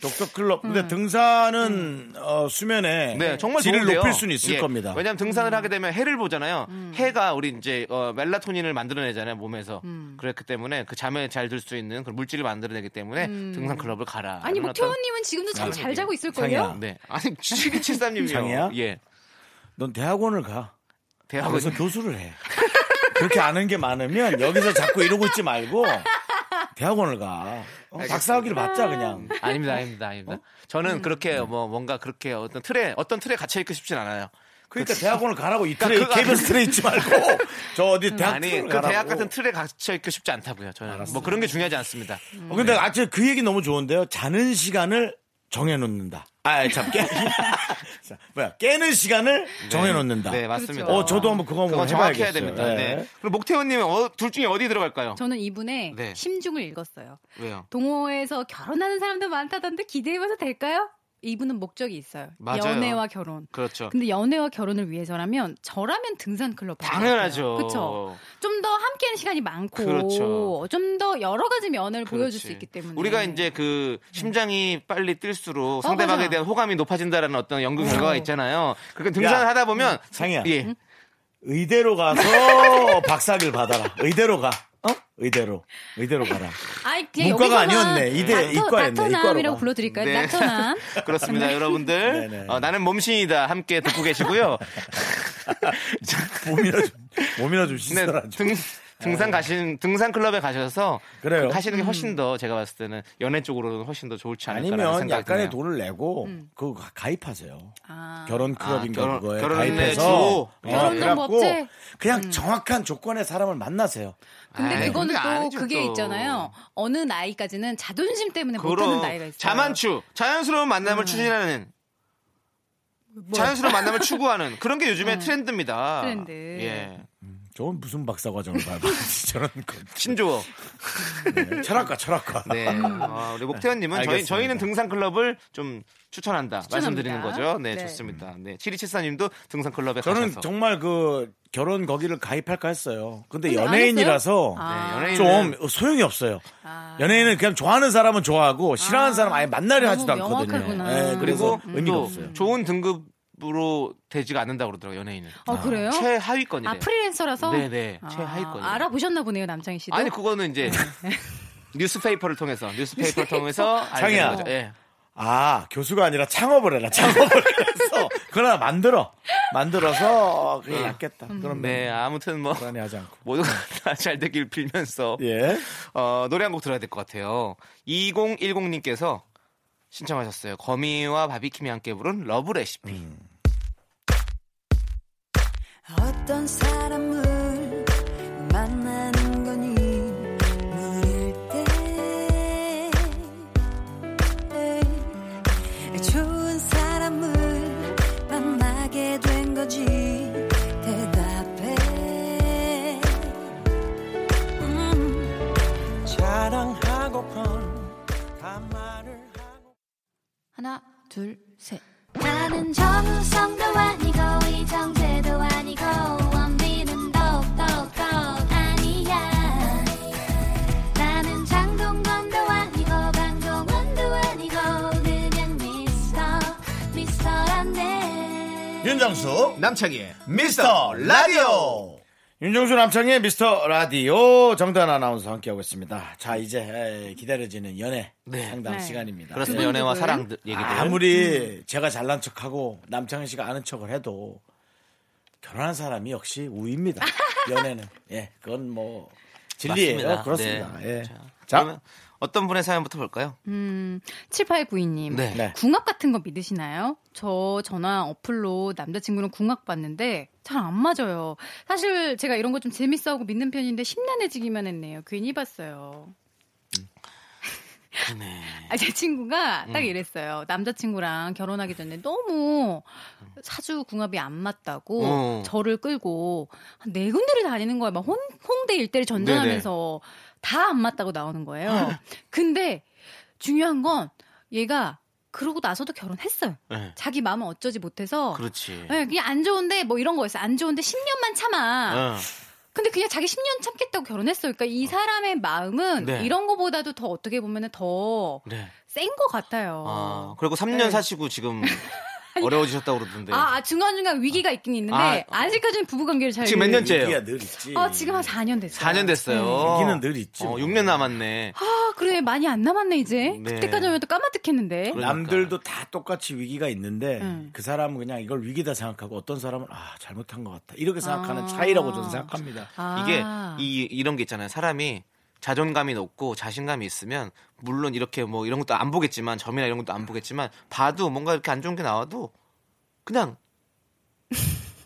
[SPEAKER 1] 독서클럽.
[SPEAKER 9] 음.
[SPEAKER 1] 근데 등산은 어, 수면에
[SPEAKER 2] 네, 정말
[SPEAKER 1] 질을
[SPEAKER 2] 좋은데요.
[SPEAKER 1] 높일 수는 있을
[SPEAKER 2] 예.
[SPEAKER 1] 겁니다.
[SPEAKER 2] 왜냐하면
[SPEAKER 9] 음.
[SPEAKER 2] 등산을 하게 되면 해를 보잖아요. 해가 우리 이제 어, 멜라토닌을 만들어내잖아요 몸에서.
[SPEAKER 9] 음.
[SPEAKER 2] 그렇기 때문에 그 잠에 잘 들 수 있는 그런 물질을 만들어내기 때문에 등산 클럽을 가라.
[SPEAKER 9] 음. 아니
[SPEAKER 2] 이런
[SPEAKER 9] 뭐
[SPEAKER 2] 어떤-
[SPEAKER 9] 목태원님은 지금도 잠 잘 자고 있을
[SPEAKER 1] 상이야.
[SPEAKER 9] 거예요.
[SPEAKER 2] 네, 아니 7273님이요.
[SPEAKER 1] 장이야?
[SPEAKER 2] 예,
[SPEAKER 1] 넌 대학원을 가.
[SPEAKER 2] 대학원.
[SPEAKER 1] 거기서 교수를 해. 그렇게 아는 게 많으면 여기서 자꾸 이러고 있지 말고 대학원을 가. 어, 박사학위를 받자
[SPEAKER 9] 음.
[SPEAKER 1] 그냥.
[SPEAKER 2] 아닙니다, 아닙니다,
[SPEAKER 1] 어?
[SPEAKER 2] 아닙니다. 저는 그렇게
[SPEAKER 1] 네.
[SPEAKER 2] 뭐 뭔가 그렇게 어떤 틀에 어떤 틀에 갇혀 있고 싶진 않아요.
[SPEAKER 1] 그러니까 대학원을 가라고 이 틀에
[SPEAKER 2] 그거
[SPEAKER 1] KBS 틀에 있지 말고 저 어디 대학
[SPEAKER 2] 아니
[SPEAKER 1] 틀을
[SPEAKER 2] 그
[SPEAKER 1] 가라고.
[SPEAKER 2] 대학 같은 틀에 갇혀 있고 싶지 않다고요. 저는 뭐 그런 게 중요하지 않습니다.
[SPEAKER 1] 어, 근데
[SPEAKER 2] 네.
[SPEAKER 1] 아주 그 얘기 너무 좋은데요. 자는 시간을 정해놓는다. 아, 참 깨. 자, 뭐야 깨는 시간을 정해놓는다.
[SPEAKER 9] 그렇죠.
[SPEAKER 2] 네, 맞습니다.
[SPEAKER 1] 어, 저도 한번 그거 한번
[SPEAKER 2] 그건 정확해야
[SPEAKER 1] 해봐야겠어요.
[SPEAKER 2] 됩니다.
[SPEAKER 1] 네.
[SPEAKER 2] 네. 그럼 목태원님은 어, 둘 중에 어디 들어갈까요?
[SPEAKER 9] 저는 이분의
[SPEAKER 2] 네.
[SPEAKER 9] 심중을 읽었어요.
[SPEAKER 2] 왜요?
[SPEAKER 9] 동호회에서 결혼하는 사람도 많다던데 기대해봐서 될까요? 이분은 목적이 있어요.
[SPEAKER 2] 맞아요.
[SPEAKER 9] 연애와 결혼.
[SPEAKER 2] 그렇죠.
[SPEAKER 9] 근데 연애와 결혼을 위해서라면 저라면 등산 클럽
[SPEAKER 2] 당연하죠.
[SPEAKER 9] 그렇죠. 좀 더 함께하는 시간이 많고
[SPEAKER 2] 그렇죠.
[SPEAKER 9] 좀 더 여러 가지 면을 보여줄
[SPEAKER 2] 그렇지.
[SPEAKER 9] 수 있기 때문에 네. 어,
[SPEAKER 2] 우리가 이제 그 심장이 빨리 뛸수록 상대방에
[SPEAKER 9] 맞아.
[SPEAKER 2] 대한 호감이 높아진다라는 어떤 연구 결과가 있잖아요. 그러니까 등산을
[SPEAKER 1] 야,
[SPEAKER 2] 하다 보면
[SPEAKER 1] 상희야.
[SPEAKER 2] 예.
[SPEAKER 1] 의대로 가서 박사학위를 받아라. 의대로 가. 어? 의대로. 의대로 가라.
[SPEAKER 9] 아이, 그냥
[SPEAKER 1] 문과가
[SPEAKER 9] 여기서만
[SPEAKER 1] 아니었네. 이대- 이과였네. 이과로
[SPEAKER 9] 닥터남이라고
[SPEAKER 1] 가.
[SPEAKER 9] 불러드릴까요?
[SPEAKER 2] 네.
[SPEAKER 9] 닥터남.
[SPEAKER 2] 그렇습니다,
[SPEAKER 1] 네네.
[SPEAKER 2] 여러분들. 어, 나는 몸신이다. 함께 듣고 계시고요.
[SPEAKER 1] 몸이나 좀, 몸이나 좀
[SPEAKER 2] 네,
[SPEAKER 1] 씻어라. 좀.
[SPEAKER 2] 등, 등산 가신 등산 클럽에 가셔서
[SPEAKER 1] 네. 그래요.
[SPEAKER 2] 그
[SPEAKER 9] 음.
[SPEAKER 2] 하시는 게 훨씬 더 제가 봤을 때는 연애 쪽으로는 훨씬 더 좋을지 않을까
[SPEAKER 1] 아니면
[SPEAKER 2] 생각이
[SPEAKER 1] 약간의
[SPEAKER 2] 드네요.
[SPEAKER 1] 돈을 내고 그거 가- 가입하세요.
[SPEAKER 9] 음. 아.
[SPEAKER 1] 결혼 클럽인가
[SPEAKER 2] 아, 결혼-
[SPEAKER 1] 그거에
[SPEAKER 2] 결혼의
[SPEAKER 1] 가입해서
[SPEAKER 2] 주.
[SPEAKER 1] 어,
[SPEAKER 9] 결혼 음.
[SPEAKER 1] 그래갖고
[SPEAKER 9] 정보업체?
[SPEAKER 1] 그냥 정확한 조건의 사람을 만나세요.
[SPEAKER 9] 근데
[SPEAKER 2] 아이,
[SPEAKER 9] 그거는
[SPEAKER 2] 그게
[SPEAKER 9] 또
[SPEAKER 2] 아니죠,
[SPEAKER 9] 그게
[SPEAKER 2] 또.
[SPEAKER 9] 있잖아요. 어느 나이까지는 자존심 때문에
[SPEAKER 2] 그럼
[SPEAKER 9] 네, 못하는 나이가 있어요. 음.
[SPEAKER 2] 자만추, 자연스러운 만남을 추진하는 자연스러운 만남을 추구하는 그런 게 요즘의 트렌드입니다.
[SPEAKER 9] 뭐. 음. 트렌드.
[SPEAKER 2] 예.
[SPEAKER 1] 저건 무슨 박사 과정을 밟아 저런 거.
[SPEAKER 2] 신조어.
[SPEAKER 1] 철학과 철학과.
[SPEAKER 2] 네.
[SPEAKER 9] 음.
[SPEAKER 2] 아, 우리 목태현님은 저희,
[SPEAKER 1] 알겠습니다.
[SPEAKER 2] 저희는 등산 클럽을 좀 추천한다. 말씀드리는 거죠. 네,
[SPEAKER 9] 네.
[SPEAKER 2] 좋습니다. 네. 7274님도 등산 클럽에
[SPEAKER 1] 저는
[SPEAKER 2] 네, 가셔서.
[SPEAKER 1] 정말 그 결혼 거기를 가입할까 했어요. 근데
[SPEAKER 9] 근데 안
[SPEAKER 1] 연예인이라서
[SPEAKER 9] 했어요? 아.
[SPEAKER 2] 네, 연예인은
[SPEAKER 1] 좀 소용이 없어요.
[SPEAKER 9] 아.
[SPEAKER 1] 연예인은 그냥 좋아하는 사람은 좋아하고 싫어하는 사람 은 아예 만나려
[SPEAKER 9] 너무
[SPEAKER 1] 하지도 않거든요.
[SPEAKER 9] 명확하구나.
[SPEAKER 1] 예, 그래서
[SPEAKER 2] 그리고
[SPEAKER 1] 의미가
[SPEAKER 2] 또
[SPEAKER 1] 없어요.
[SPEAKER 2] 좋은 등급으로 되지가 않는다고 그러더라고요, 연예인은.
[SPEAKER 9] 어, 그래요?
[SPEAKER 2] 최하위권이래요.
[SPEAKER 9] 아, 프리랜서라서?
[SPEAKER 2] 네네.
[SPEAKER 9] 아,
[SPEAKER 2] 최하위권이에요.
[SPEAKER 9] 알아보셨나 보네요, 남창희 씨도. 네.
[SPEAKER 2] 아니, 그거는 이제 뉴스페이퍼를 통해서, 뉴스페이퍼를 통해서 알게
[SPEAKER 1] 창희야.
[SPEAKER 2] 된 거죠. 예.
[SPEAKER 1] 아 교수가 아니라 창업을 해라 창업을 해서 그러나 만들어 만들어서 그게 낫겠다
[SPEAKER 9] 음.
[SPEAKER 1] 그럼
[SPEAKER 2] 네, 아무튼 뭐.
[SPEAKER 1] 불안해하지 않고
[SPEAKER 2] 모두가 다 잘 되길 빌면서
[SPEAKER 1] 예
[SPEAKER 2] 어, 노래 한 곡 들어야 될 것 같아요. 2010님께서 신청하셨어요. 거미와 바비킴이 함께 부른 러브 레시피.
[SPEAKER 1] 음.
[SPEAKER 4] 어떤 사람을 만나는 건 인물일 때 좋은 사람을 만나게 된 거지 대답해 음.
[SPEAKER 7] 자랑하고픈 반말을 하고
[SPEAKER 9] 하나, 둘, 셋.
[SPEAKER 5] 나는 정우성도 아니고 이정재도 아니고 원빈은 더욱더 아니야 나는 장동건도 아니고 강동원도 아니고 그냥 미스터 미스터란데
[SPEAKER 1] 윤정수
[SPEAKER 2] 남창희의
[SPEAKER 1] 미스터 라디오 윤정수 남창의 미스터 라디오 정단 아나운서 함께하고 있습니다 자 이제 에, 기다려지는 연애
[SPEAKER 2] 네.
[SPEAKER 1] 상담
[SPEAKER 9] 네.
[SPEAKER 1] 시간입니다 네.
[SPEAKER 2] 그렇습니다.
[SPEAKER 9] 그분
[SPEAKER 2] 연애와
[SPEAKER 9] 누구예요?
[SPEAKER 2] 사랑 들 얘기들. 음.
[SPEAKER 1] 아무리 제가 잘난 척하고 남창희 씨가 아는 척을 해도 결혼한 사람이 역시 우입니다 연애는 예 그건 뭐 진리예요.
[SPEAKER 2] 맞습니다. 네.
[SPEAKER 1] 그렇습니다. 예.
[SPEAKER 2] 자,
[SPEAKER 1] 자.
[SPEAKER 2] 그러면 어떤 분의 사연부터 볼까요?
[SPEAKER 9] 음, 7892님.
[SPEAKER 2] 네.
[SPEAKER 1] 네.
[SPEAKER 9] 궁합 같은 거 믿으시나요? 저 전화 어플로 남자친구랑 궁합 봤는데 잘 안 맞아요. 사실 제가 이런 거 좀 재밌어하고 믿는 편인데 심란해지기만 했네요. 괜히 봤어요.
[SPEAKER 2] 네.
[SPEAKER 9] 아, 제 친구가
[SPEAKER 2] 음.
[SPEAKER 9] 딱 이랬어요. 남자친구랑 결혼하기 전에 너무 사주 궁합이 안 맞다고
[SPEAKER 2] 어.
[SPEAKER 9] 저를 끌고 한 네 군데를 다니는 거예요. 막 혼, 홍대 일대를 전전하면서 다 안 맞다고 나오는 거예요. 근데 중요한 건 얘가 그러고 나서도 결혼했어요.
[SPEAKER 2] 네.
[SPEAKER 9] 자기 마음은 어쩌지 못해서.
[SPEAKER 2] 그렇지.
[SPEAKER 9] 예, 그냥 안 좋은데 뭐 이런 거였어요. 안 좋은데 10년만 참아.
[SPEAKER 2] 어.
[SPEAKER 9] 근데 그냥 자기 10년 참겠다고 결혼했어요. 그러니까 이 사람의 마음은
[SPEAKER 2] 네.
[SPEAKER 9] 이런 거보다도 더 어떻게 보면 더
[SPEAKER 2] 네.
[SPEAKER 9] 센 거 같아요.
[SPEAKER 2] 아, 그리고 3년 사시고 지금 어려워지셨다고 그러던데.
[SPEAKER 9] 네. 아, 아, 중간중간 위기가 있긴 있는데
[SPEAKER 2] 네. 아.
[SPEAKER 9] 아, 직까지는 부부관계를 잘.
[SPEAKER 2] 지금 몇 년째?
[SPEAKER 1] 얘기가 늘 있지.
[SPEAKER 9] 아, 지금 한 4년 됐어요.
[SPEAKER 2] 4년
[SPEAKER 9] 음,
[SPEAKER 2] 됐어요.
[SPEAKER 1] 얘기는 늘 있지.
[SPEAKER 2] 어,
[SPEAKER 1] 뭐.
[SPEAKER 2] 6년 남았네.
[SPEAKER 9] 아, 그래. 많이 안 남았네, 이제.
[SPEAKER 2] 네.
[SPEAKER 9] 그때까지만 해도 까마득했는데.
[SPEAKER 2] 그래.
[SPEAKER 1] 남들도 다 똑같이 위기가 있는데
[SPEAKER 9] 음.
[SPEAKER 1] 그 사람은 그냥 이걸 위기다 생각하고 어떤 사람은 아 잘못한 것 같다 이렇게 생각하는 차이라고 저는 생각합니다.
[SPEAKER 9] 아.
[SPEAKER 2] 이게 이 이런 게 있잖아요. 사람이 자존감이 높고 자신감이 있으면 물론 이렇게 뭐 이런 것도 안 보겠지만 점이나 이런 것도 안 보겠지만 봐도 뭔가 이렇게 안 좋은 게 나와도 그냥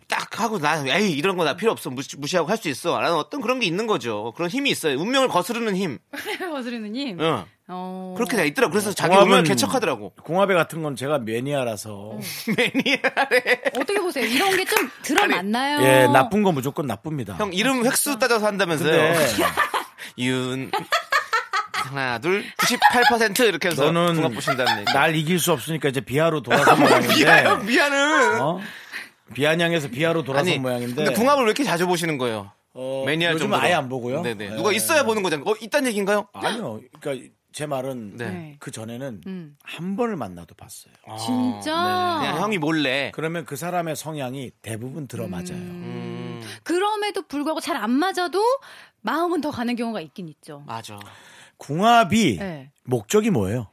[SPEAKER 2] 딱 하고 난 에이 이런 거 나 필요 없어 무시, 무시하고 할 수 있어 라는 어떤 그런 게 있는 거죠 그런 힘이 있어요 운명을 거스르는 힘
[SPEAKER 9] 버스리느님.
[SPEAKER 2] 응.
[SPEAKER 9] 어.
[SPEAKER 2] 그렇게 돼 있더라고 그래서 자기
[SPEAKER 1] 공항은-
[SPEAKER 2] 운명을 개척하더라고
[SPEAKER 1] 공합회 같은 건 제가 매니아라서
[SPEAKER 2] 매니아래
[SPEAKER 9] 어떻게 보세요? 이런 게 좀 들어맞나요?
[SPEAKER 1] 예 나쁜 거 무조건 나쁩니다.
[SPEAKER 2] 형 이름 획수 따져서 한다면서요
[SPEAKER 1] 근데
[SPEAKER 2] 윤 하나 둘 98% 이렇게 해서
[SPEAKER 1] 너는
[SPEAKER 2] 궁합 보신다는 얘기
[SPEAKER 1] 날 이길 수 없으니까 이제 비하로 돌아선 모양인데
[SPEAKER 2] 미안해
[SPEAKER 1] 어? 비아냥에서 비하로 돌아선 모양인데
[SPEAKER 2] 근데 궁합을 왜 이렇게 자주 보시는 거예요?
[SPEAKER 1] 어,
[SPEAKER 2] 매니아
[SPEAKER 1] 요즘은
[SPEAKER 2] 정도로.
[SPEAKER 1] 아예 안 보고요.
[SPEAKER 2] 네네.
[SPEAKER 1] 예.
[SPEAKER 2] 누가 있어야 보는 거잖아요. 어, 있단 얘기인가요?
[SPEAKER 1] 아니요 그러니까 제 말은
[SPEAKER 2] 네.
[SPEAKER 9] 네.
[SPEAKER 1] 그 전에는
[SPEAKER 9] 음.
[SPEAKER 1] 한 번을 만나도 봤어요.
[SPEAKER 2] 아,
[SPEAKER 9] 진짜.
[SPEAKER 2] 그냥 네, 형이 몰래.
[SPEAKER 1] 네. 그러면 그 사람의 성향이 대부분 들어맞아요.
[SPEAKER 2] 음,
[SPEAKER 9] 그럼에도 불구하고 잘 안 맞아도 마음은 더 가는 경우가 있긴 있죠.
[SPEAKER 2] 맞아.
[SPEAKER 1] 궁합이
[SPEAKER 9] 네.
[SPEAKER 1] 목적이 뭐예요?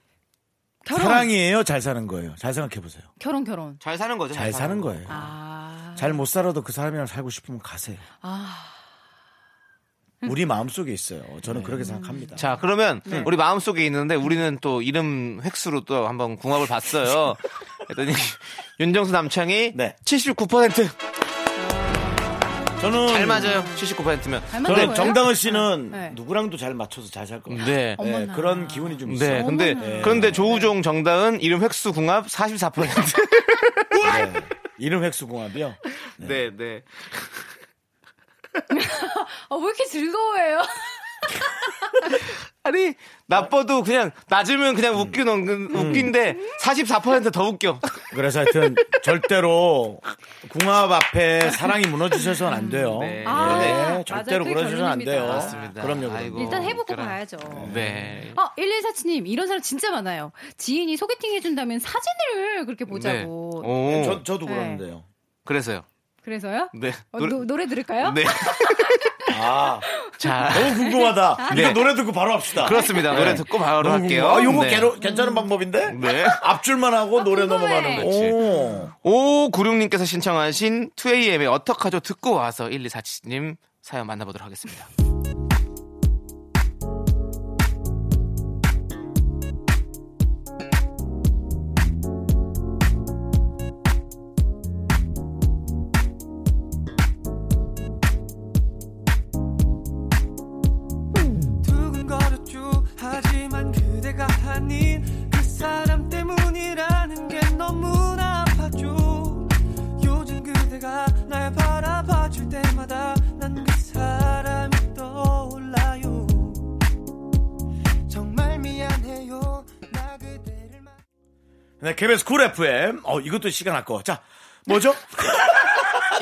[SPEAKER 9] 결혼,
[SPEAKER 1] 사랑이에요? 잘 사는 거예요? 잘 생각해 보세요.
[SPEAKER 9] 결혼, 결혼.
[SPEAKER 2] 잘 사는 거죠.
[SPEAKER 1] 잘 사는 거예요.
[SPEAKER 9] 네, 아,
[SPEAKER 1] 잘 못 살아도 그 사람이랑 살고 싶으면 가세요.
[SPEAKER 9] 아,
[SPEAKER 1] 우리 마음 속에 있어요.
[SPEAKER 9] 네.
[SPEAKER 1] 저는 그렇게 생각합니다.
[SPEAKER 2] 자, 그러면
[SPEAKER 1] 네.
[SPEAKER 2] 우리 마음속에 있는데 우리는 또 이름 획수로 또 한번 궁합을 봤어요. 그랬더니 윤정수 남창이
[SPEAKER 1] 네.
[SPEAKER 2] 79%.
[SPEAKER 1] 저는
[SPEAKER 2] 잘 맞아요. 79%면.
[SPEAKER 9] 잘 맞는
[SPEAKER 1] 저는
[SPEAKER 9] 거예요?
[SPEAKER 1] 정당은 씨는
[SPEAKER 9] 네.
[SPEAKER 1] 누구랑도 잘 맞춰서 잘 살 거예요. 네,
[SPEAKER 2] 네.
[SPEAKER 9] 어머나.
[SPEAKER 1] 그런 기운이 좀 있어요.
[SPEAKER 2] 네, 근데
[SPEAKER 9] 어머나.
[SPEAKER 2] 그런데 조우종 정다은 이름 획수 궁합 44%.
[SPEAKER 1] 네. 이름 획수궁합이요.
[SPEAKER 2] 네, 네.
[SPEAKER 9] 어, 왜 이렇게 즐거워해요?
[SPEAKER 2] 아니 나빠도 그냥 낮으면 그냥 웃긴
[SPEAKER 1] 음.
[SPEAKER 2] 엉- 웃긴데 44%더 웃겨.
[SPEAKER 1] 그래서 하여튼 절대로 궁합 앞에 사랑이 무너지셔서는 안 돼요.
[SPEAKER 2] 네.
[SPEAKER 9] 아, 맞아요.
[SPEAKER 1] 절대로
[SPEAKER 9] 그게
[SPEAKER 1] 그러셔서는 안
[SPEAKER 9] 결론입니다.
[SPEAKER 1] 돼요.
[SPEAKER 2] 맞습니다.
[SPEAKER 1] 그럼요. 어, 그럼요.
[SPEAKER 2] 아이고.
[SPEAKER 9] 일단 해보고
[SPEAKER 2] 웃겨라.
[SPEAKER 9] 봐야죠.
[SPEAKER 2] 어, 네.
[SPEAKER 9] 어, 1147님, 이런 사람 진짜 많아요. 지인이 소개팅 해준다면 사진을 그렇게 보자고.
[SPEAKER 2] 네.
[SPEAKER 1] 어.
[SPEAKER 2] 오.
[SPEAKER 1] 저, 저도
[SPEAKER 9] 네.
[SPEAKER 1] 그러는데요.
[SPEAKER 2] 그래서요.
[SPEAKER 9] 그래서요?
[SPEAKER 2] 네.
[SPEAKER 9] 어, 노, 노래 들을까요?
[SPEAKER 2] 네.
[SPEAKER 1] 아,
[SPEAKER 2] 자.
[SPEAKER 1] 너무
[SPEAKER 9] 아,
[SPEAKER 1] 궁금하다.
[SPEAKER 2] 네.
[SPEAKER 1] 이거 노래 듣고 바로 합시다.
[SPEAKER 2] 그렇습니다. 노래
[SPEAKER 1] 네.
[SPEAKER 2] 듣고 바로
[SPEAKER 1] 너무
[SPEAKER 2] 할게요.
[SPEAKER 1] 궁금해. 아, 요거
[SPEAKER 2] 네.
[SPEAKER 1] 괴로- 괜찮은 방법인데?
[SPEAKER 2] 네.
[SPEAKER 1] 앞줄만
[SPEAKER 9] 아,
[SPEAKER 1] 하고 노래 넘어가는
[SPEAKER 2] 그치.
[SPEAKER 1] 거.
[SPEAKER 2] 오, 96님께서 신청하신 2AM의 어떡하죠 듣고 와서 1247님 사연 만나보도록 하겠습니다.
[SPEAKER 7] 두근거렸죠 하지만 그대가 아닌 그 사람 때문이라는 게 너무나 아팠죠 요즘 그대가 날 바라봐줄 때마다 난 그 사람이 떠올라요 정말 미안해요 나 그대를 만
[SPEAKER 1] 네, KBS 쿨 FM. 어, 이것도 시간 아까워. 자, 뭐죠?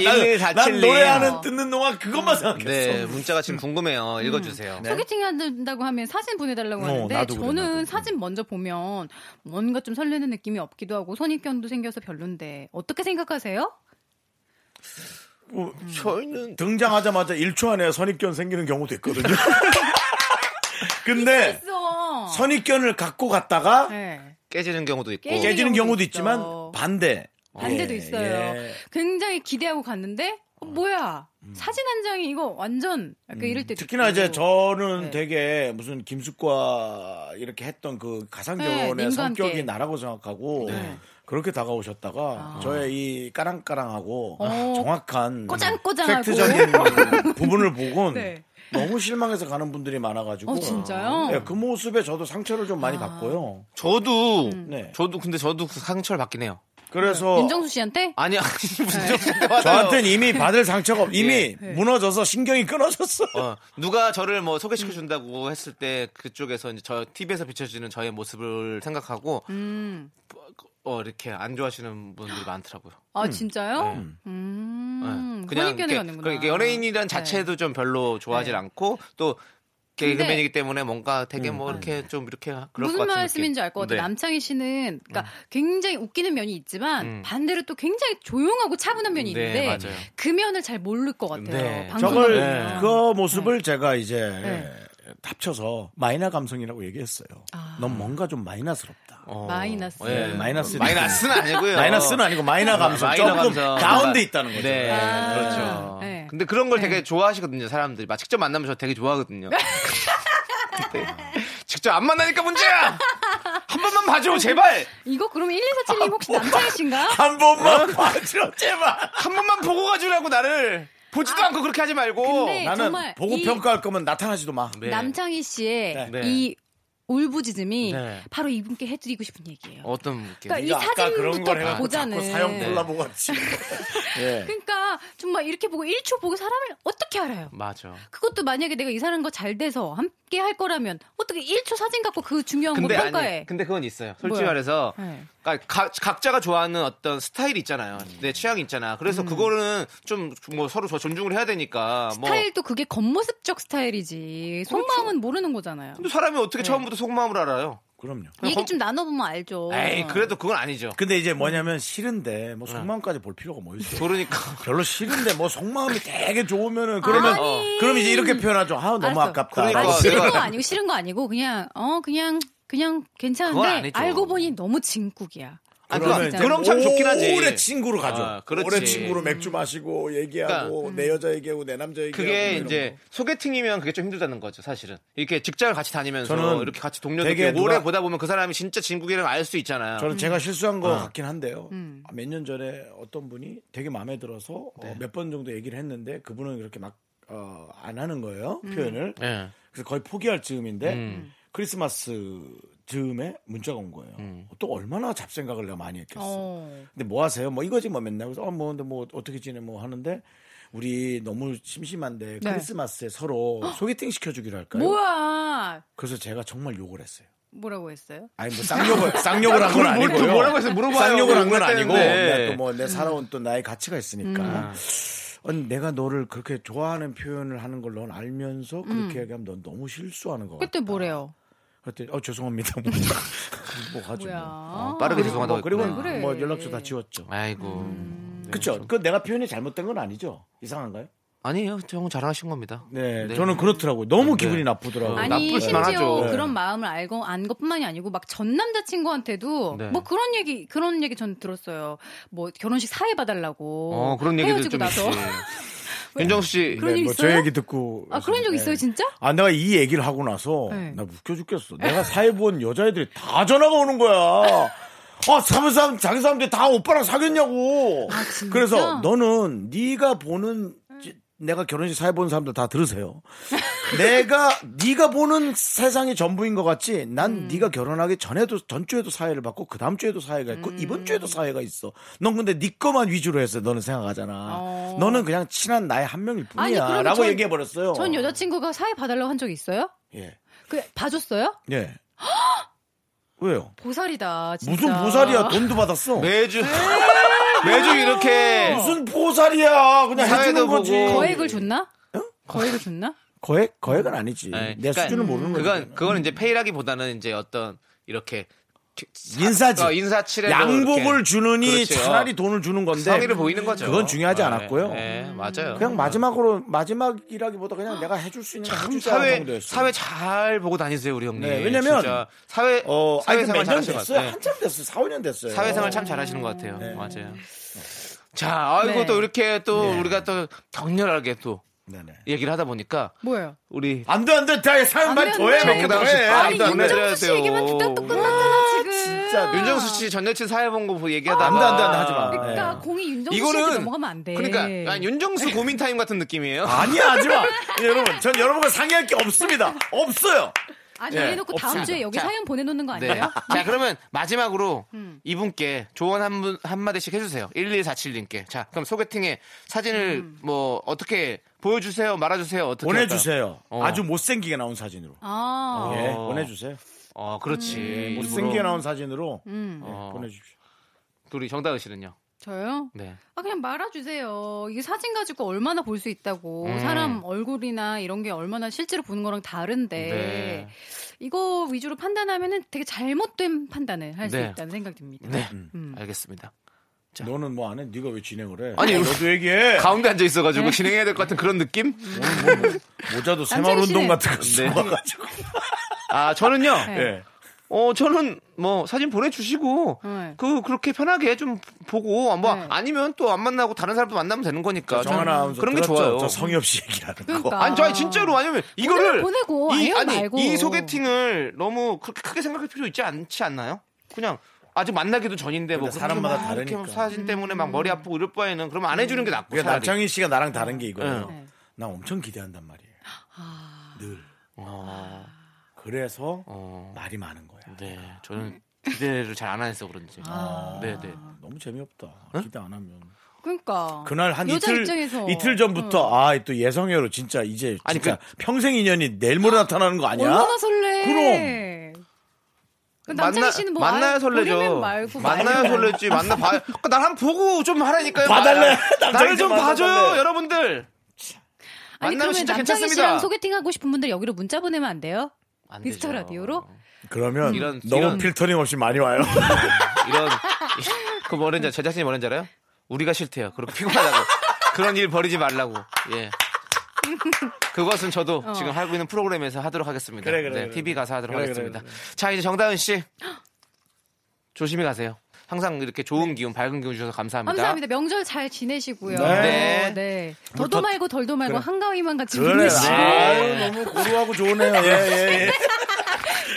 [SPEAKER 1] 난, 난
[SPEAKER 2] 1247님.
[SPEAKER 1] 노래하는 듣는 동안 그것만 생각했어. 음. 네.
[SPEAKER 2] 네, 문자가 지금 궁금해요. 읽어주세요.
[SPEAKER 9] 소개팅 한다고 하면 사진 보내달라고
[SPEAKER 1] 어,
[SPEAKER 9] 하는데
[SPEAKER 1] 나도 그래,
[SPEAKER 9] 저는
[SPEAKER 1] 나도.
[SPEAKER 9] 사진 먼저 보면 뭔가 좀 설레는 느낌이 없기도 하고 선입견도 생겨서 별론데 어떻게 생각하세요?
[SPEAKER 1] 어, 저희는 등장하자마자 1초 안에 선입견 생기는 경우도 있거든요. 근데
[SPEAKER 9] 있어.
[SPEAKER 1] 선입견을 갖고 갔다가
[SPEAKER 9] 네.
[SPEAKER 2] 깨지는 경우도 있고.
[SPEAKER 9] 깨지는
[SPEAKER 1] 깨지는 경우도
[SPEAKER 9] 경우도
[SPEAKER 1] 있지만
[SPEAKER 9] 있죠.
[SPEAKER 1] 반대.
[SPEAKER 9] 반대도
[SPEAKER 1] 예,
[SPEAKER 9] 있어요.
[SPEAKER 1] 예.
[SPEAKER 9] 굉장히 기대하고 갔는데 어, 뭐야 사진 한 장이 이거 완전 약간 이럴 때
[SPEAKER 1] 음. 특히나 이제 저는
[SPEAKER 9] 네.
[SPEAKER 1] 되게 무슨 김숙과 이렇게 했던 그 가상
[SPEAKER 9] 네,
[SPEAKER 1] 결혼의
[SPEAKER 9] 님과
[SPEAKER 1] 성격이
[SPEAKER 9] 함께. 네.
[SPEAKER 1] 나라고 생각하고 그렇게 다가오셨다가 저의 이 까랑까랑하고
[SPEAKER 9] 아. 어.
[SPEAKER 1] 정확한
[SPEAKER 9] 꼬장꼬장하고.
[SPEAKER 1] 팩트적인 부분을 보곤
[SPEAKER 9] 네.
[SPEAKER 1] 너무 실망해서 가는 분들이 많아가지고
[SPEAKER 9] 어 진짜요? 아.
[SPEAKER 1] 예, 그 모습에 저도 상처를 좀 많이 받고요.
[SPEAKER 2] 저도
[SPEAKER 9] 음.
[SPEAKER 1] 네.
[SPEAKER 2] 저도 근데 저도 그 상처를 받긴 해요.
[SPEAKER 1] 그래서
[SPEAKER 9] 네. 윤정수 씨한테
[SPEAKER 2] 아니 아니 무슨 정신대 받아요.
[SPEAKER 1] 저한테는 이미 받을 상처가 없- 이미
[SPEAKER 9] 네.
[SPEAKER 1] 무너져서 신경이 끊어졌어요.
[SPEAKER 2] 어, 누가 저를 뭐 소개시켜
[SPEAKER 9] 음.
[SPEAKER 2] 준다고 했을 때 그쪽에서 이제 저 TV에서 비춰지는 저의 모습을 생각하고
[SPEAKER 1] 아.
[SPEAKER 9] 음.
[SPEAKER 2] 어, 이렇게 안 좋아하시는 분들이 많더라고요.
[SPEAKER 9] 아 진짜요? 음.
[SPEAKER 2] 네.
[SPEAKER 9] 선입견을
[SPEAKER 2] 이렇게-
[SPEAKER 9] 갖는구나.
[SPEAKER 2] 그러니까 연예인이란 자체도 좀 별로 좋아하지
[SPEAKER 9] 네.
[SPEAKER 2] 않고 또
[SPEAKER 9] 근데-
[SPEAKER 2] 개그맨이기 때문에 뭔가
[SPEAKER 1] 음.
[SPEAKER 2] 되게 뭐 이렇게 좀 이렇게 그럴 것
[SPEAKER 9] 무슨
[SPEAKER 2] 같은
[SPEAKER 9] 말씀인지 알 것 같아요.
[SPEAKER 2] 네.
[SPEAKER 9] 남창희 씨는 그러니까 굉장히 웃기는 면이 있지만
[SPEAKER 2] 음.
[SPEAKER 9] 반대로 또 굉장히 조용하고 차분한 면이
[SPEAKER 2] 네,
[SPEAKER 9] 있는데
[SPEAKER 2] 맞아요.
[SPEAKER 9] 그 면을 잘 모를 것 같아요.
[SPEAKER 2] 네.
[SPEAKER 9] 방송
[SPEAKER 1] 저걸
[SPEAKER 9] 보면.
[SPEAKER 1] 그 모습을 제가 이제
[SPEAKER 9] 네.
[SPEAKER 1] 합쳐서 마이너 감성이라고 얘기했어요.
[SPEAKER 9] 아.
[SPEAKER 1] 넌 뭔가 좀 마이너스럽다.
[SPEAKER 2] 어.
[SPEAKER 9] 마이너스.
[SPEAKER 2] 예.
[SPEAKER 1] 네, 마이너스
[SPEAKER 2] 마이너스는 아니고요.
[SPEAKER 1] 마이너스는 아니고 마이너 감성.
[SPEAKER 2] 마이너
[SPEAKER 1] 조금
[SPEAKER 2] 감성.
[SPEAKER 1] 다운돼 있다는 거죠.
[SPEAKER 2] 네,
[SPEAKER 9] 아,
[SPEAKER 2] 그렇죠.
[SPEAKER 9] 네.
[SPEAKER 2] 근데 그런 걸 되게 좋아하시거든요, 사람들이. 막 직접 만나면 저 되게 좋아하거든요. 근데 직접 안 만나니까 문제야! 한 번만 봐줘, 제발!
[SPEAKER 9] 이거 그러면 1247님 혹시 남창희 씨인가?
[SPEAKER 1] 한
[SPEAKER 9] 어?
[SPEAKER 1] 번만 봐줘 아, 제발.
[SPEAKER 2] 한 번만 보고 가주라고, 나를! 보지도 않고 그렇게 하지 말고!
[SPEAKER 9] 아, 근데- 네,
[SPEAKER 1] 나는
[SPEAKER 9] 정말
[SPEAKER 1] 보고
[SPEAKER 9] 이-
[SPEAKER 1] 평가할 거면 나타나지도 마.
[SPEAKER 2] 네.
[SPEAKER 9] 남창희 씨의
[SPEAKER 2] 네.
[SPEAKER 9] 이 울부짖음이
[SPEAKER 2] 네.
[SPEAKER 9] 바로 이분께 해드리고 싶은 얘기예요.
[SPEAKER 2] 어떤 느낌?
[SPEAKER 9] 그러니까 이
[SPEAKER 1] 네가 아까 그런 걸
[SPEAKER 9] 사진부터
[SPEAKER 1] 해갖고 자꾸
[SPEAKER 9] 보자는.
[SPEAKER 1] 사형 콜라보 같이.
[SPEAKER 2] 네.
[SPEAKER 1] 예.
[SPEAKER 9] 그러니까 정말 이렇게 보고 1초 보고 사람을 어떻게 알아요?
[SPEAKER 2] 맞아.
[SPEAKER 9] 그것도 만약에 내가 이 사람과 잘 돼서 함께 할 거라면 어떻게 1초 사진 갖고 그 중요한 걸
[SPEAKER 2] 근데
[SPEAKER 9] 평가해?
[SPEAKER 2] 아니, 근데 그건 있어요. 솔직히
[SPEAKER 9] 뭐야?
[SPEAKER 2] 말해서
[SPEAKER 9] 네.
[SPEAKER 2] 그러니까 가- 각자가 좋아하는 어떤 스타일이 있잖아요. 내 취향이 있잖아.
[SPEAKER 9] 음.
[SPEAKER 2] 그래서 그거는 좀 뭐 서로 저 존중을 해야 되니까 뭐 그렇죠.
[SPEAKER 9] 스타일도 그게 겉모습적 스타일이지 속마음은 모르는 거잖아요.
[SPEAKER 2] 근데 사람이
[SPEAKER 9] 네.
[SPEAKER 2] 어떻게 처음부터 속마음을 알아요?
[SPEAKER 1] 그럼요.
[SPEAKER 9] 얘기
[SPEAKER 2] 검-
[SPEAKER 9] 좀 나눠보면 알죠.
[SPEAKER 2] 에이, 그래도 그건 아니죠.
[SPEAKER 1] 근데 이제 뭐냐면 싫은데 뭐 속마음까지 볼 필요가 뭐 있어.
[SPEAKER 2] 그러니까
[SPEAKER 1] 별로 싫은데 뭐 속마음이 되게 좋으면은 그러면
[SPEAKER 9] 아니.
[SPEAKER 2] 어,
[SPEAKER 1] 그럼 이제 이렇게 표현하죠. 아 너무
[SPEAKER 9] 알았어.
[SPEAKER 1] 아깝다.
[SPEAKER 2] 그러니까
[SPEAKER 9] 아니,
[SPEAKER 2] 어,
[SPEAKER 9] 싫은
[SPEAKER 2] 내가-
[SPEAKER 9] 거 아니고 싫은 거 아니고 그냥 어 그냥 그냥
[SPEAKER 2] 그건
[SPEAKER 9] 괜찮은데
[SPEAKER 2] 아니죠.
[SPEAKER 9] 알고 보니 너무 진국이야.
[SPEAKER 2] 아니,
[SPEAKER 9] 그러면
[SPEAKER 2] 그러니까 그럼,
[SPEAKER 9] 이제
[SPEAKER 2] 그럼 참 좋긴 하지.
[SPEAKER 1] 오래 친구로 가죠.
[SPEAKER 2] 아, 그렇지. 음. 그러니까
[SPEAKER 1] 오래 친구로 맥주 마시고 얘기하고 내 여자 얘기하고 내 남자 얘기하고
[SPEAKER 2] 그게
[SPEAKER 1] 이런
[SPEAKER 2] 이제
[SPEAKER 1] 거.
[SPEAKER 2] 소개팅이면 그게 좀 힘들다는 거죠, 사실은. 이렇게 직장을 같이 다니면서
[SPEAKER 1] 저는
[SPEAKER 2] 이렇게 같이
[SPEAKER 1] 되게
[SPEAKER 2] 동료들끼리
[SPEAKER 1] 누가-
[SPEAKER 2] 오래 보다 보면 그 사람이 진짜 진국이랑 알 수 음. 있잖아요.
[SPEAKER 1] 저는 제가 실수한 거 같긴 한데요. 아, 몇 년 전에 어떤 분이 되게 마음에 들어서
[SPEAKER 2] 네.
[SPEAKER 1] 몇 번 정도 얘기를 했는데 그분은 그렇게 막 어, 안 하는 거예요 표현을.
[SPEAKER 2] 예.
[SPEAKER 1] 그래서 거의 포기할 즈음인데
[SPEAKER 2] 음.
[SPEAKER 1] 크리스마스 즈음에 문자가 온 거예요. 또 얼마나 잡생각을 내가 많이 했겠어.
[SPEAKER 9] 어.
[SPEAKER 1] 근데 뭐 하세요? 뭐 이거지 뭐 맨날 그래서 어뭐 근데 뭐 어떻게 지내 뭐 하는데 우리 너무 심심한데
[SPEAKER 9] 네.
[SPEAKER 1] 크리스마스에 서로 소개팅 시켜주기로 할까요?
[SPEAKER 9] 뭐야?
[SPEAKER 1] 그래서 제가 정말 욕을 했어요.
[SPEAKER 9] 뭐라고 했어요?
[SPEAKER 1] 아니 뭐 쌍욕을 쌍욕을 한 건
[SPEAKER 2] 뭘- 뭘-
[SPEAKER 1] 아니고요.
[SPEAKER 2] 뭐라고 했어요? 물어봐요.
[SPEAKER 1] 쌍욕을 한 건
[SPEAKER 2] 욕을
[SPEAKER 1] 아니고
[SPEAKER 2] 했다는데.
[SPEAKER 1] 또 뭐 내 살아온 또 나의 가치가 있으니까. 언니, 내가 너를 그렇게 좋아하는 표현을 하는 걸 넌 알면서 그렇게 얘기하면 넌 너무 실수하는 것 같아.
[SPEAKER 9] 그때 뭐래요?
[SPEAKER 1] 그랬더니 어 죄송합니다. 뭐, 뭐
[SPEAKER 2] 아,
[SPEAKER 1] 하지
[SPEAKER 9] 뭐야?
[SPEAKER 1] 뭐.
[SPEAKER 2] 어, 빠르게
[SPEAKER 1] 그리고
[SPEAKER 2] 죄송하다고
[SPEAKER 1] 뭐, 그리고
[SPEAKER 2] 했구나.
[SPEAKER 9] 그래.
[SPEAKER 1] 뭐 연락처 다 지웠죠.
[SPEAKER 2] 네. 아이고.
[SPEAKER 1] 그렇죠. 그 내가 표현이 잘못된 건 아니죠. 이상한가요?
[SPEAKER 2] 아니에요. 형 자랑하신 겁니다.
[SPEAKER 1] 네,
[SPEAKER 2] 네.
[SPEAKER 1] 저는 그렇더라고요. 너무
[SPEAKER 2] 네.
[SPEAKER 1] 기분이 나쁘더라고요.
[SPEAKER 2] 어,
[SPEAKER 9] 아니
[SPEAKER 2] 나쁠
[SPEAKER 9] 심지어
[SPEAKER 2] 수만 하죠. 네.
[SPEAKER 9] 그런 마음을 알고 안 것뿐만이 아니고 막 전 남자 친구한테도
[SPEAKER 2] 네.
[SPEAKER 9] 뭐 그런 얘기 그런 얘기 전 들었어요. 뭐 결혼식 사회 봐달라고.
[SPEAKER 2] 어, 그런 얘기도
[SPEAKER 9] 헤어지고
[SPEAKER 2] 좀
[SPEAKER 9] 나서.
[SPEAKER 2] 있지. 윤정수 씨.
[SPEAKER 9] 그런
[SPEAKER 1] 네,
[SPEAKER 9] 일
[SPEAKER 1] 뭐제
[SPEAKER 9] 있어요?
[SPEAKER 1] 얘기 듣고
[SPEAKER 9] 아 그런 적
[SPEAKER 1] 네.
[SPEAKER 9] 있어요 진짜?
[SPEAKER 1] 아 내가 이 얘기를 하고 나서
[SPEAKER 9] 네.
[SPEAKER 1] 나 웃겨 죽겠어. 내가 사회 본 여자애들이 다 전화가 오는 거야. 아, 사는 사람 자기 사람들이 다 오빠랑 사귀었냐고.
[SPEAKER 9] 아, 진짜?
[SPEAKER 1] 그래서 너는 네가 보는 지- 내가 결혼식 사회 본 사람들 다 들으세요. 내가 네가 보는 세상이 전부인 것 같지. 난
[SPEAKER 9] 음.
[SPEAKER 1] 네가 결혼하기 전에도 전주에도 사회를 받고 그 다음 주에도 사회가 있고 이번 주에도 사회가 있어. 넌 근데 네 거만 위주로 했어. 너는 생각하잖아.
[SPEAKER 9] 어.
[SPEAKER 1] 너는 그냥 친한 나의 한 명일
[SPEAKER 9] 아니, 그러면
[SPEAKER 1] 뿐이야라고
[SPEAKER 9] 전-
[SPEAKER 1] 얘기해 버렸어요.
[SPEAKER 9] 전 여자친구가 사회 봐달라고 한 적 있어요?
[SPEAKER 1] 예.
[SPEAKER 9] 그 봐줬어요?
[SPEAKER 1] 예. 왜요?
[SPEAKER 9] 보살이다. 진짜.
[SPEAKER 1] 무슨 보살이야? 돈도 받았어.
[SPEAKER 2] 매주 매주 이렇게
[SPEAKER 1] 네. 무슨 보살이야? 그냥
[SPEAKER 2] 사회도
[SPEAKER 1] 해주는 거지.
[SPEAKER 2] 보고.
[SPEAKER 9] 거액을 줬나?
[SPEAKER 1] 어?
[SPEAKER 9] 거액을 줬나?
[SPEAKER 1] 거액 거액은 아니지.
[SPEAKER 2] 네,
[SPEAKER 1] 내
[SPEAKER 2] 그러니까
[SPEAKER 1] 수준을 모르는 거지.
[SPEAKER 2] 그건 그건 이제 페이라기보다는 이제 어떤 이렇게
[SPEAKER 1] 인사지.
[SPEAKER 2] 어, 인사치레로
[SPEAKER 1] 양복을
[SPEAKER 2] 이렇게.
[SPEAKER 1] 주느니
[SPEAKER 2] 그렇죠.
[SPEAKER 1] 차라리 돈을 주는 건데
[SPEAKER 2] 성의를 보이는 거죠.
[SPEAKER 1] 그건 중요하지
[SPEAKER 2] 네,
[SPEAKER 1] 않았고요.
[SPEAKER 2] 네, 맞아요.
[SPEAKER 1] 그냥 마지막으로 마지막이라기보다 그냥 내가 해줄 수 있는 거 해줄 수 있는
[SPEAKER 2] 사회
[SPEAKER 1] 정도였어요.
[SPEAKER 2] 사회 잘 보고 다니세요 우리 형님.
[SPEAKER 1] 네, 왜냐면,
[SPEAKER 2] 진짜 사회
[SPEAKER 1] 어, 아니
[SPEAKER 2] 사회생활
[SPEAKER 1] 몇년
[SPEAKER 2] 잘하시는 네. 것
[SPEAKER 1] 됐어요.
[SPEAKER 2] 같아요.
[SPEAKER 1] 한참 됐어요. 4, 5년 됐어요.
[SPEAKER 2] 네. 사회생활 참 잘하시는 것 같아요. 맞아요. 네. 자, 아이고
[SPEAKER 9] 네.
[SPEAKER 2] 또 이렇게 또 우리가 또 격렬하게 또
[SPEAKER 1] 네네.
[SPEAKER 2] 얘기를 하다 보니까
[SPEAKER 9] 뭐예요?
[SPEAKER 2] 우리
[SPEAKER 1] 안 돼, 안 돼. 다 사연 많이
[SPEAKER 9] 안 돼,
[SPEAKER 1] 더해. 네.
[SPEAKER 9] 안
[SPEAKER 1] 몇개
[SPEAKER 9] 돼.
[SPEAKER 1] 더해.
[SPEAKER 9] 아니
[SPEAKER 2] 안 돼, 안 돼.
[SPEAKER 9] 윤정수 씨 얘기만
[SPEAKER 2] 어.
[SPEAKER 9] 듣다 또 끝났잖아 지금.
[SPEAKER 1] 진짜 네.
[SPEAKER 2] 윤정수 씨 전 여친 사회 본 거 얘기하다.
[SPEAKER 1] 안 돼, 안 돼, 안 돼. 하지 마.
[SPEAKER 9] 그러니까
[SPEAKER 1] 네.
[SPEAKER 9] 공이 윤정수 씨한테
[SPEAKER 2] 이거는
[SPEAKER 9] 넘어가면 안 돼.
[SPEAKER 2] 그러니까 아, 윤정수 고민 타임 같은 느낌이에요.
[SPEAKER 1] 아니야, 하지 마. 여러분, 전 여러분과 상의할 게 없습니다. 없어요.
[SPEAKER 9] 아니
[SPEAKER 2] 예,
[SPEAKER 9] 이래놓고 다음
[SPEAKER 2] 없습니다.
[SPEAKER 9] 주에 여기
[SPEAKER 2] 자.
[SPEAKER 9] 사연 보내놓는 거
[SPEAKER 2] 네.
[SPEAKER 9] 아니에요? 음.
[SPEAKER 2] 자, 그러면 마지막으로
[SPEAKER 1] 음.
[SPEAKER 2] 이분께 조언 한 분, 한마디씩 해주세요. 1147님께. 자, 그럼 소개팅에 사진을
[SPEAKER 9] 음.
[SPEAKER 2] 뭐 어떻게 보여주세요, 말아주세요, 어떻게. 할까요?
[SPEAKER 1] 보내주세요.
[SPEAKER 2] 어.
[SPEAKER 1] 아주 못생기게 나온 사진으로.
[SPEAKER 9] 아,
[SPEAKER 1] 예, 보내주세요.
[SPEAKER 2] 어, 그렇지.
[SPEAKER 1] 못생기게
[SPEAKER 2] 일부러.
[SPEAKER 1] 나온 사진으로
[SPEAKER 9] 음,
[SPEAKER 1] 예,
[SPEAKER 2] 어.
[SPEAKER 1] 보내주십시오.
[SPEAKER 2] 우리 정다은 씨는요?
[SPEAKER 9] 저요?
[SPEAKER 2] 네.
[SPEAKER 9] 아 그냥 말아주세요. 이게 사진 가지고 얼마나 볼 수 있다고
[SPEAKER 2] 음.
[SPEAKER 9] 사람 얼굴이나 이런 게 얼마나 실제로 보는 거랑 다른데
[SPEAKER 2] 네.
[SPEAKER 9] 이거 위주로 판단하면은 되게 잘못된 판단을 할 수
[SPEAKER 2] 네.
[SPEAKER 9] 있다는 생각 듭니다.
[SPEAKER 2] 네.
[SPEAKER 9] 음.
[SPEAKER 2] 알겠습니다.
[SPEAKER 1] 너는 뭐 안 해? 네가 왜 진행을 해? 뭐
[SPEAKER 2] 아니,
[SPEAKER 1] 너도 얘기해.
[SPEAKER 2] 가운데 앉아 있어가지고
[SPEAKER 9] 네.
[SPEAKER 2] 진행해야 될 것 같은 그런 느낌?
[SPEAKER 1] 오늘 뭐, 모자도 새마을
[SPEAKER 9] 남창희
[SPEAKER 1] 운동
[SPEAKER 9] 씨는-
[SPEAKER 1] 같은
[SPEAKER 2] 네.
[SPEAKER 1] 거 쓰고 와가지고.
[SPEAKER 2] 아, 저는요?
[SPEAKER 9] 네.
[SPEAKER 1] 예.
[SPEAKER 2] 어, 저는 뭐 사진 보내주시고
[SPEAKER 9] 네.
[SPEAKER 2] 그 그렇게 편하게 좀 보고 뭐
[SPEAKER 9] 네.
[SPEAKER 2] 아니면 또 안 만나고 다른 사람도 만나면 되는 거니까 저는
[SPEAKER 1] 정하나 아나운서
[SPEAKER 2] 그러니까 그런 게
[SPEAKER 1] 들었죠?
[SPEAKER 2] 좋아요.
[SPEAKER 1] 저 성의 없이 얘기하는 거.
[SPEAKER 9] 그러니까.
[SPEAKER 2] 아니 저 아니, 진짜로 아니면 이거를
[SPEAKER 9] 보내고,
[SPEAKER 2] 이,
[SPEAKER 9] 아니요,
[SPEAKER 2] 아니
[SPEAKER 9] 말고.
[SPEAKER 2] 이 소개팅을 너무 그렇게 크게 생각할 필요 있지 않지 않나요? 그냥 아직 만나기도 전인데 뭐
[SPEAKER 1] 근데
[SPEAKER 2] 그렇게
[SPEAKER 1] 사람마다
[SPEAKER 2] 막 이렇게
[SPEAKER 1] 다르니까.
[SPEAKER 2] 막 사진 때문에 막
[SPEAKER 9] 음.
[SPEAKER 2] 머리 아프고 이럴 바에는 그러면 안 해주는 게 낫고
[SPEAKER 1] 그러니까
[SPEAKER 2] 차라리.
[SPEAKER 1] 남창희 씨가 나랑 다른 게 이거예요.
[SPEAKER 9] 네.
[SPEAKER 1] 나 엄청 기대한단 말이에요. 늘.
[SPEAKER 2] 어,
[SPEAKER 1] 그래서
[SPEAKER 2] 아. 어,
[SPEAKER 1] 말이 많은 거야.
[SPEAKER 2] 네
[SPEAKER 9] 아.
[SPEAKER 2] 저는 기대를 잘 안 해서 그런지. 아. 네네.
[SPEAKER 1] 너무 재미없다. 기대 안 하면.
[SPEAKER 9] 그러니까
[SPEAKER 1] 그날 한
[SPEAKER 9] 여자
[SPEAKER 1] 이틀
[SPEAKER 9] 입장에서 어.
[SPEAKER 1] 이틀 전부터 아 또 예성애로 진짜 이제
[SPEAKER 2] 아니, 그
[SPEAKER 1] 진짜 평생 인연이 내일 모레 나타나는 거 아니야?
[SPEAKER 9] 얼마나 설레. 그럼 남창희 씨는 뭐
[SPEAKER 2] 만나야
[SPEAKER 9] 아예 보내면
[SPEAKER 2] 설레죠.
[SPEAKER 9] 말고 뭐
[SPEAKER 2] 만나야
[SPEAKER 9] 말고.
[SPEAKER 2] 설레지. 만나 봐. 그러니까 날한 보고 좀 하라니까요.
[SPEAKER 1] 봐달래.
[SPEAKER 2] 나- 나를 좀
[SPEAKER 1] 남자친구
[SPEAKER 2] 봐줘요,
[SPEAKER 1] 만나달래.
[SPEAKER 2] 여러분들.
[SPEAKER 9] 아니
[SPEAKER 2] 만나면
[SPEAKER 9] 그러면
[SPEAKER 2] 진짜
[SPEAKER 9] 남창희
[SPEAKER 2] 괜찮습니다.
[SPEAKER 9] 씨랑 소개팅 하고 싶은 분들 여기로 문자 보내면 안 돼요?
[SPEAKER 2] 안 되죠.
[SPEAKER 9] 미스터 라디오로?
[SPEAKER 1] 그러면
[SPEAKER 2] 이런-
[SPEAKER 1] 너무
[SPEAKER 2] 이런-
[SPEAKER 1] 필터링 없이 많이 와요.
[SPEAKER 2] 이런 그 뭐라는 자 제작진이 뭐라는 줄 알아요? 우리가 싫대요. 그렇게 피곤하다고. 그런 일 버리지 말라고. 예. 그것은 저도 지금 하고 있는 프로그램에서 하도록 하겠습니다.
[SPEAKER 1] 어. 그래, 그래,
[SPEAKER 2] 네,
[SPEAKER 1] 그래.
[SPEAKER 2] TV 가서 하도록
[SPEAKER 1] 그래, 그래,
[SPEAKER 2] 하겠습니다. 자, 이제 정다은 씨. 조심히 가세요. 항상 이렇게 좋은 기운, 밝은 기운 주셔서 감사합니다.
[SPEAKER 9] 감사합니다. 명절 잘 지내시고요.
[SPEAKER 1] 네.
[SPEAKER 9] 어, 네. 더도 말고 덜도 말고 한가위만 같이 보내시고
[SPEAKER 2] 네.
[SPEAKER 1] 아유, 너무 고루하고 좋으네요. 예, 예, 예.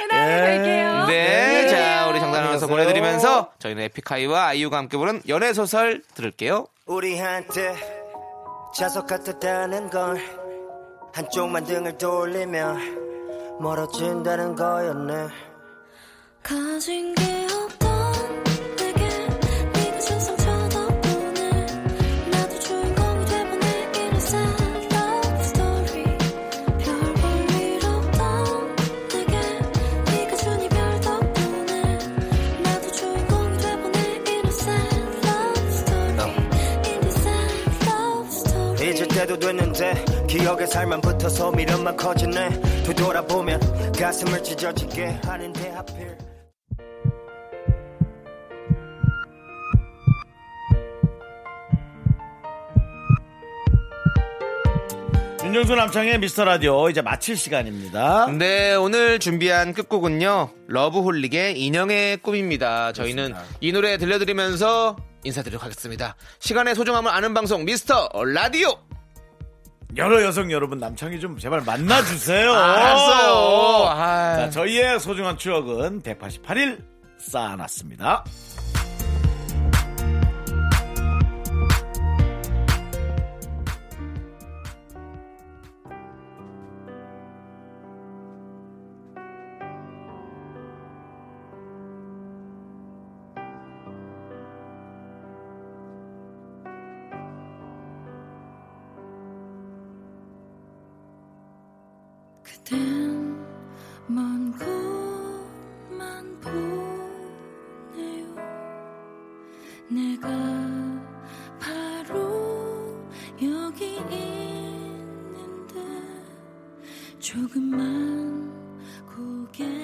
[SPEAKER 9] 해나를 뵐게요.
[SPEAKER 2] 네. 자, 우리 정다은 아나운서
[SPEAKER 1] 안녕하세요.
[SPEAKER 2] 보내드리면서 저희는 에픽하이와 아이유가 함께 부른 연애소설 들을게요.
[SPEAKER 7] 우리한테 자석 같았다는 걸 한쪽만 등을 돌리면 멀어진다는 거였네
[SPEAKER 5] 가진 게 없던 내게 네가 세상 쳐다보네 나도 주인공이 되면 내 일은 sad love story 별 볼 일 없던 내게 네가 주니 별 덕분에 나도 주인공이 되면 내 일은 sad love story in the sad love
[SPEAKER 7] 잊을
[SPEAKER 5] story
[SPEAKER 7] 때도 됐는데 기억에 살만 붙어서 미련만 커지네 되돌아보면 가슴을 찢어지게 하는데 하필
[SPEAKER 1] 윤정수 남창의 미스터 라디오 이제 마칠 시간입니다.
[SPEAKER 2] 네, 오늘 준비한 끝곡은요. 러브홀릭의 인형의 꿈입니다. 저희는 이 노래 들려드리면서 인사드리도록 하겠습니다. 시간의 소중함을 아는 방송 미스터 라디오.
[SPEAKER 1] 여러 여성 여러분 남창이 좀 제발 만나주세요.
[SPEAKER 2] 알았어요. 아.
[SPEAKER 1] 자, 저희의 소중한 추억은 188일 쌓아놨습니다.
[SPEAKER 5] 그댄 먼 곳만 보네요 내가 바로 여기 있는데 조금만 고개